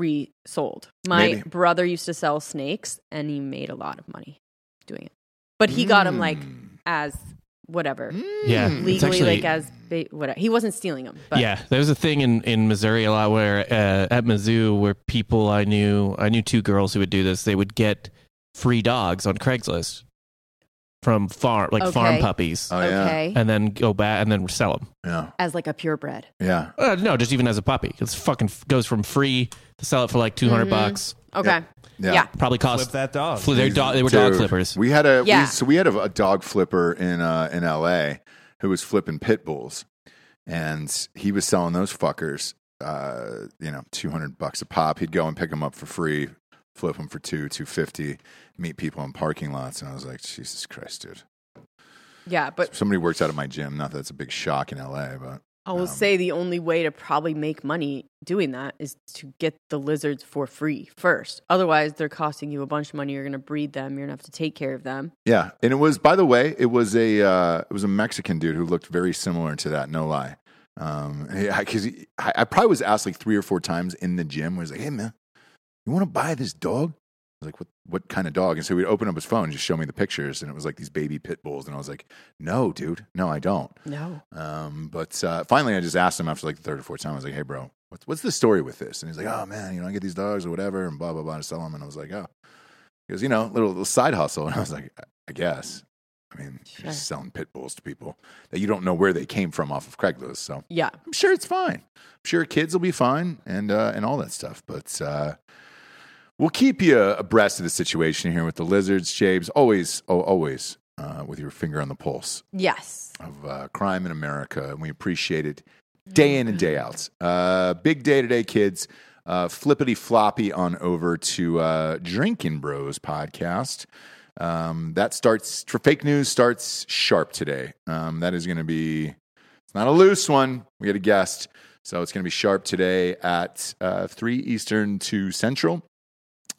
B: resold. My
A: Maybe.
B: brother used to sell snakes, and he made a lot of money doing it. But he got 'em got them like
A: Hmm.
B: as whatever
D: Yeah, it's
B: legally,
D: actually,
B: like as ba- whatever. He wasn't stealing them. But
D: yeah. There was a thing in in Missouri a lot where uh, at Mizzou where people I knew I knew two girls who would do this. They would get free dogs on Craigslist from farm like farm
B: Okay.
D: puppies.
A: Oh, yeah.
B: okay,
D: and then go back and then sell them.
A: Yeah.
B: as like a purebred.
A: Yeah.
D: Uh, no, just even as a puppy, it's fucking f- goes from free to sell it for like two
B: Mhm.
D: bucks.
B: Okay,
A: Yeah.
B: Yeah.
D: Probably
E: Flip
D: cost.
E: that dog.
D: Flew, they, dog, they were dog
A: Dude,
D: flippers.
A: We had a we-
B: Yeah.
A: so we had a, a dog flipper in uh, in L.A. who was flipping pit bulls, and he was selling those fuckers, uh, you know, two hundred bucks a pop. He'd go and pick them up for free, flip them for two two fifty. Meet people in parking lots, and I was like, Jesus Christ, dude!
B: yeah. But
A: Somebody works out of my gym. Not that it's a big shock in L.A., but
B: I will
A: Um,
B: say the only way to probably make money doing that is to get the lizards for free first. Otherwise, they're costing you a bunch of money. You're going to breed them. You're going to have to take care of them.
A: yeah. And it was, by the way, it was a uh, it was a Mexican dude who looked very similar to that. No lie. Um, because I, I probably was asked like three or four times in the gym. Where I was like, "Hey man, you want to buy this dog?" I was like, "What? What kind of dog?" And so he'd open up his phone, and just show me the pictures, and it was like these baby pit bulls, and I was like, "No, dude, no, I don't."
B: No.
A: Um, but uh, finally, I just asked him after like the third or fourth time. I was like, "Hey, bro, what's what's the story with this?" And he's like, "Oh man, you know, I get these dogs or whatever, and blah blah blah to sell them." And I was like, "Oh," he goes, "You know, little, little side hustle." And I was like, "I, I guess." I mean, you're
B: Sure.
A: just selling pit bulls to people that you don't know where they came from off of Craigslist. So
B: Yeah.
A: I'm sure it's fine. I'm sure kids will be fine and uh, and all that stuff. But uh, we'll keep you abreast of the situation here with the lizards, James. Always, oh, always uh, with your finger on the pulse
B: Yes.
A: of uh, crime in America, and we appreciate it day in and day out. Uh, big day today, kids. Uh, flippity floppy on over to uh, Drinking Bros podcast. Um, that starts for fake news starts sharp today. Um, that is going to be it's not a loose one. We got a guest, so it's going to be sharp today at uh, three Eastern to Central.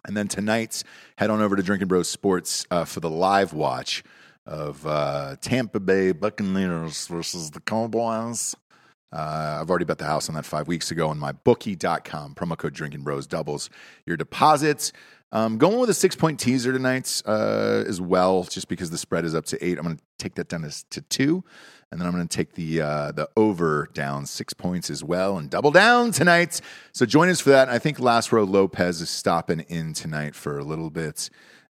A: And then tonight's head on over to Drinking Bros Sports uh, for the live watch of uh, Tampa Bay Buccaneers versus the Cowboys. Uh, I've already bet the house on that five weeks ago on my bookie.com. Promo code Drinking Bros doubles your deposits. Um, going with a six point teaser tonight uh, as well, just because the spread is up to eight. I'm going to take that down as- to two, and then I'm going to take the uh, the over down six points as well, and double down tonight. So join us for that. I think Last Row Lopez is stopping in tonight for a little bit.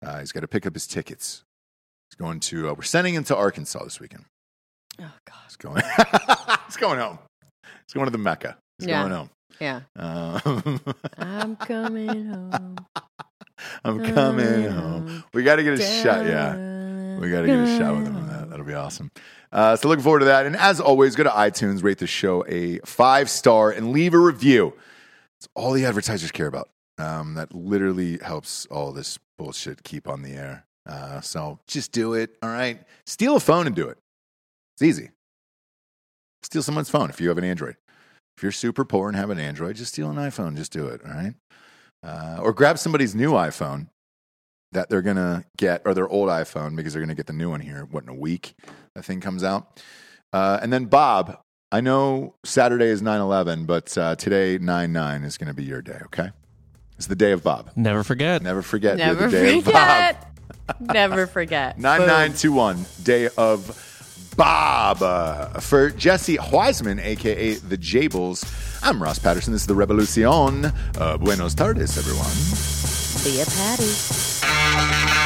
A: Uh, he's got to pick up his tickets. He's going to. Uh, we're sending him to Arkansas this weekend.
B: Oh God.
A: He's going. he's going home. He's going to the Mecca. He's
B: Yeah.
A: going home.
B: Yeah.
A: Um,
B: I'm coming home.
A: I'm
B: Mm.
A: coming home. We got to get a shot. Yeah. We got to get a shot with him on that. That'll be awesome. Uh, so looking forward to that. And as always, go to iTunes, rate the show a five star, and leave a review. It's all the advertisers care about. Um, that literally helps all this bullshit keep on the air. Uh, so just do it. All right. Steal a phone and do it. It's easy. Steal someone's phone if you have an Android. If you're super poor and have an Android, just steal an iPhone. Just do it. All right. Uh, or grab somebody's new iPhone that they're gonna get or their old iPhone because they're gonna get the new one here. What in a week that thing comes out, uh, and then Bob. I know Saturday is 9 11, but uh, today 9 9 is going to be your day, okay? It's the day of Bob.
D: Never forget.
A: Never forget. you're
B: Never
A: the day Of Bob.
B: forget. Never forget.
A: 9921, day of Bob. Uh, for Jesse Wiseman, aka the Jables, I'm Ross Patterson. This is the Revolucion. Uh, buenos tardes, everyone.
B: Be a patty.
F: Thank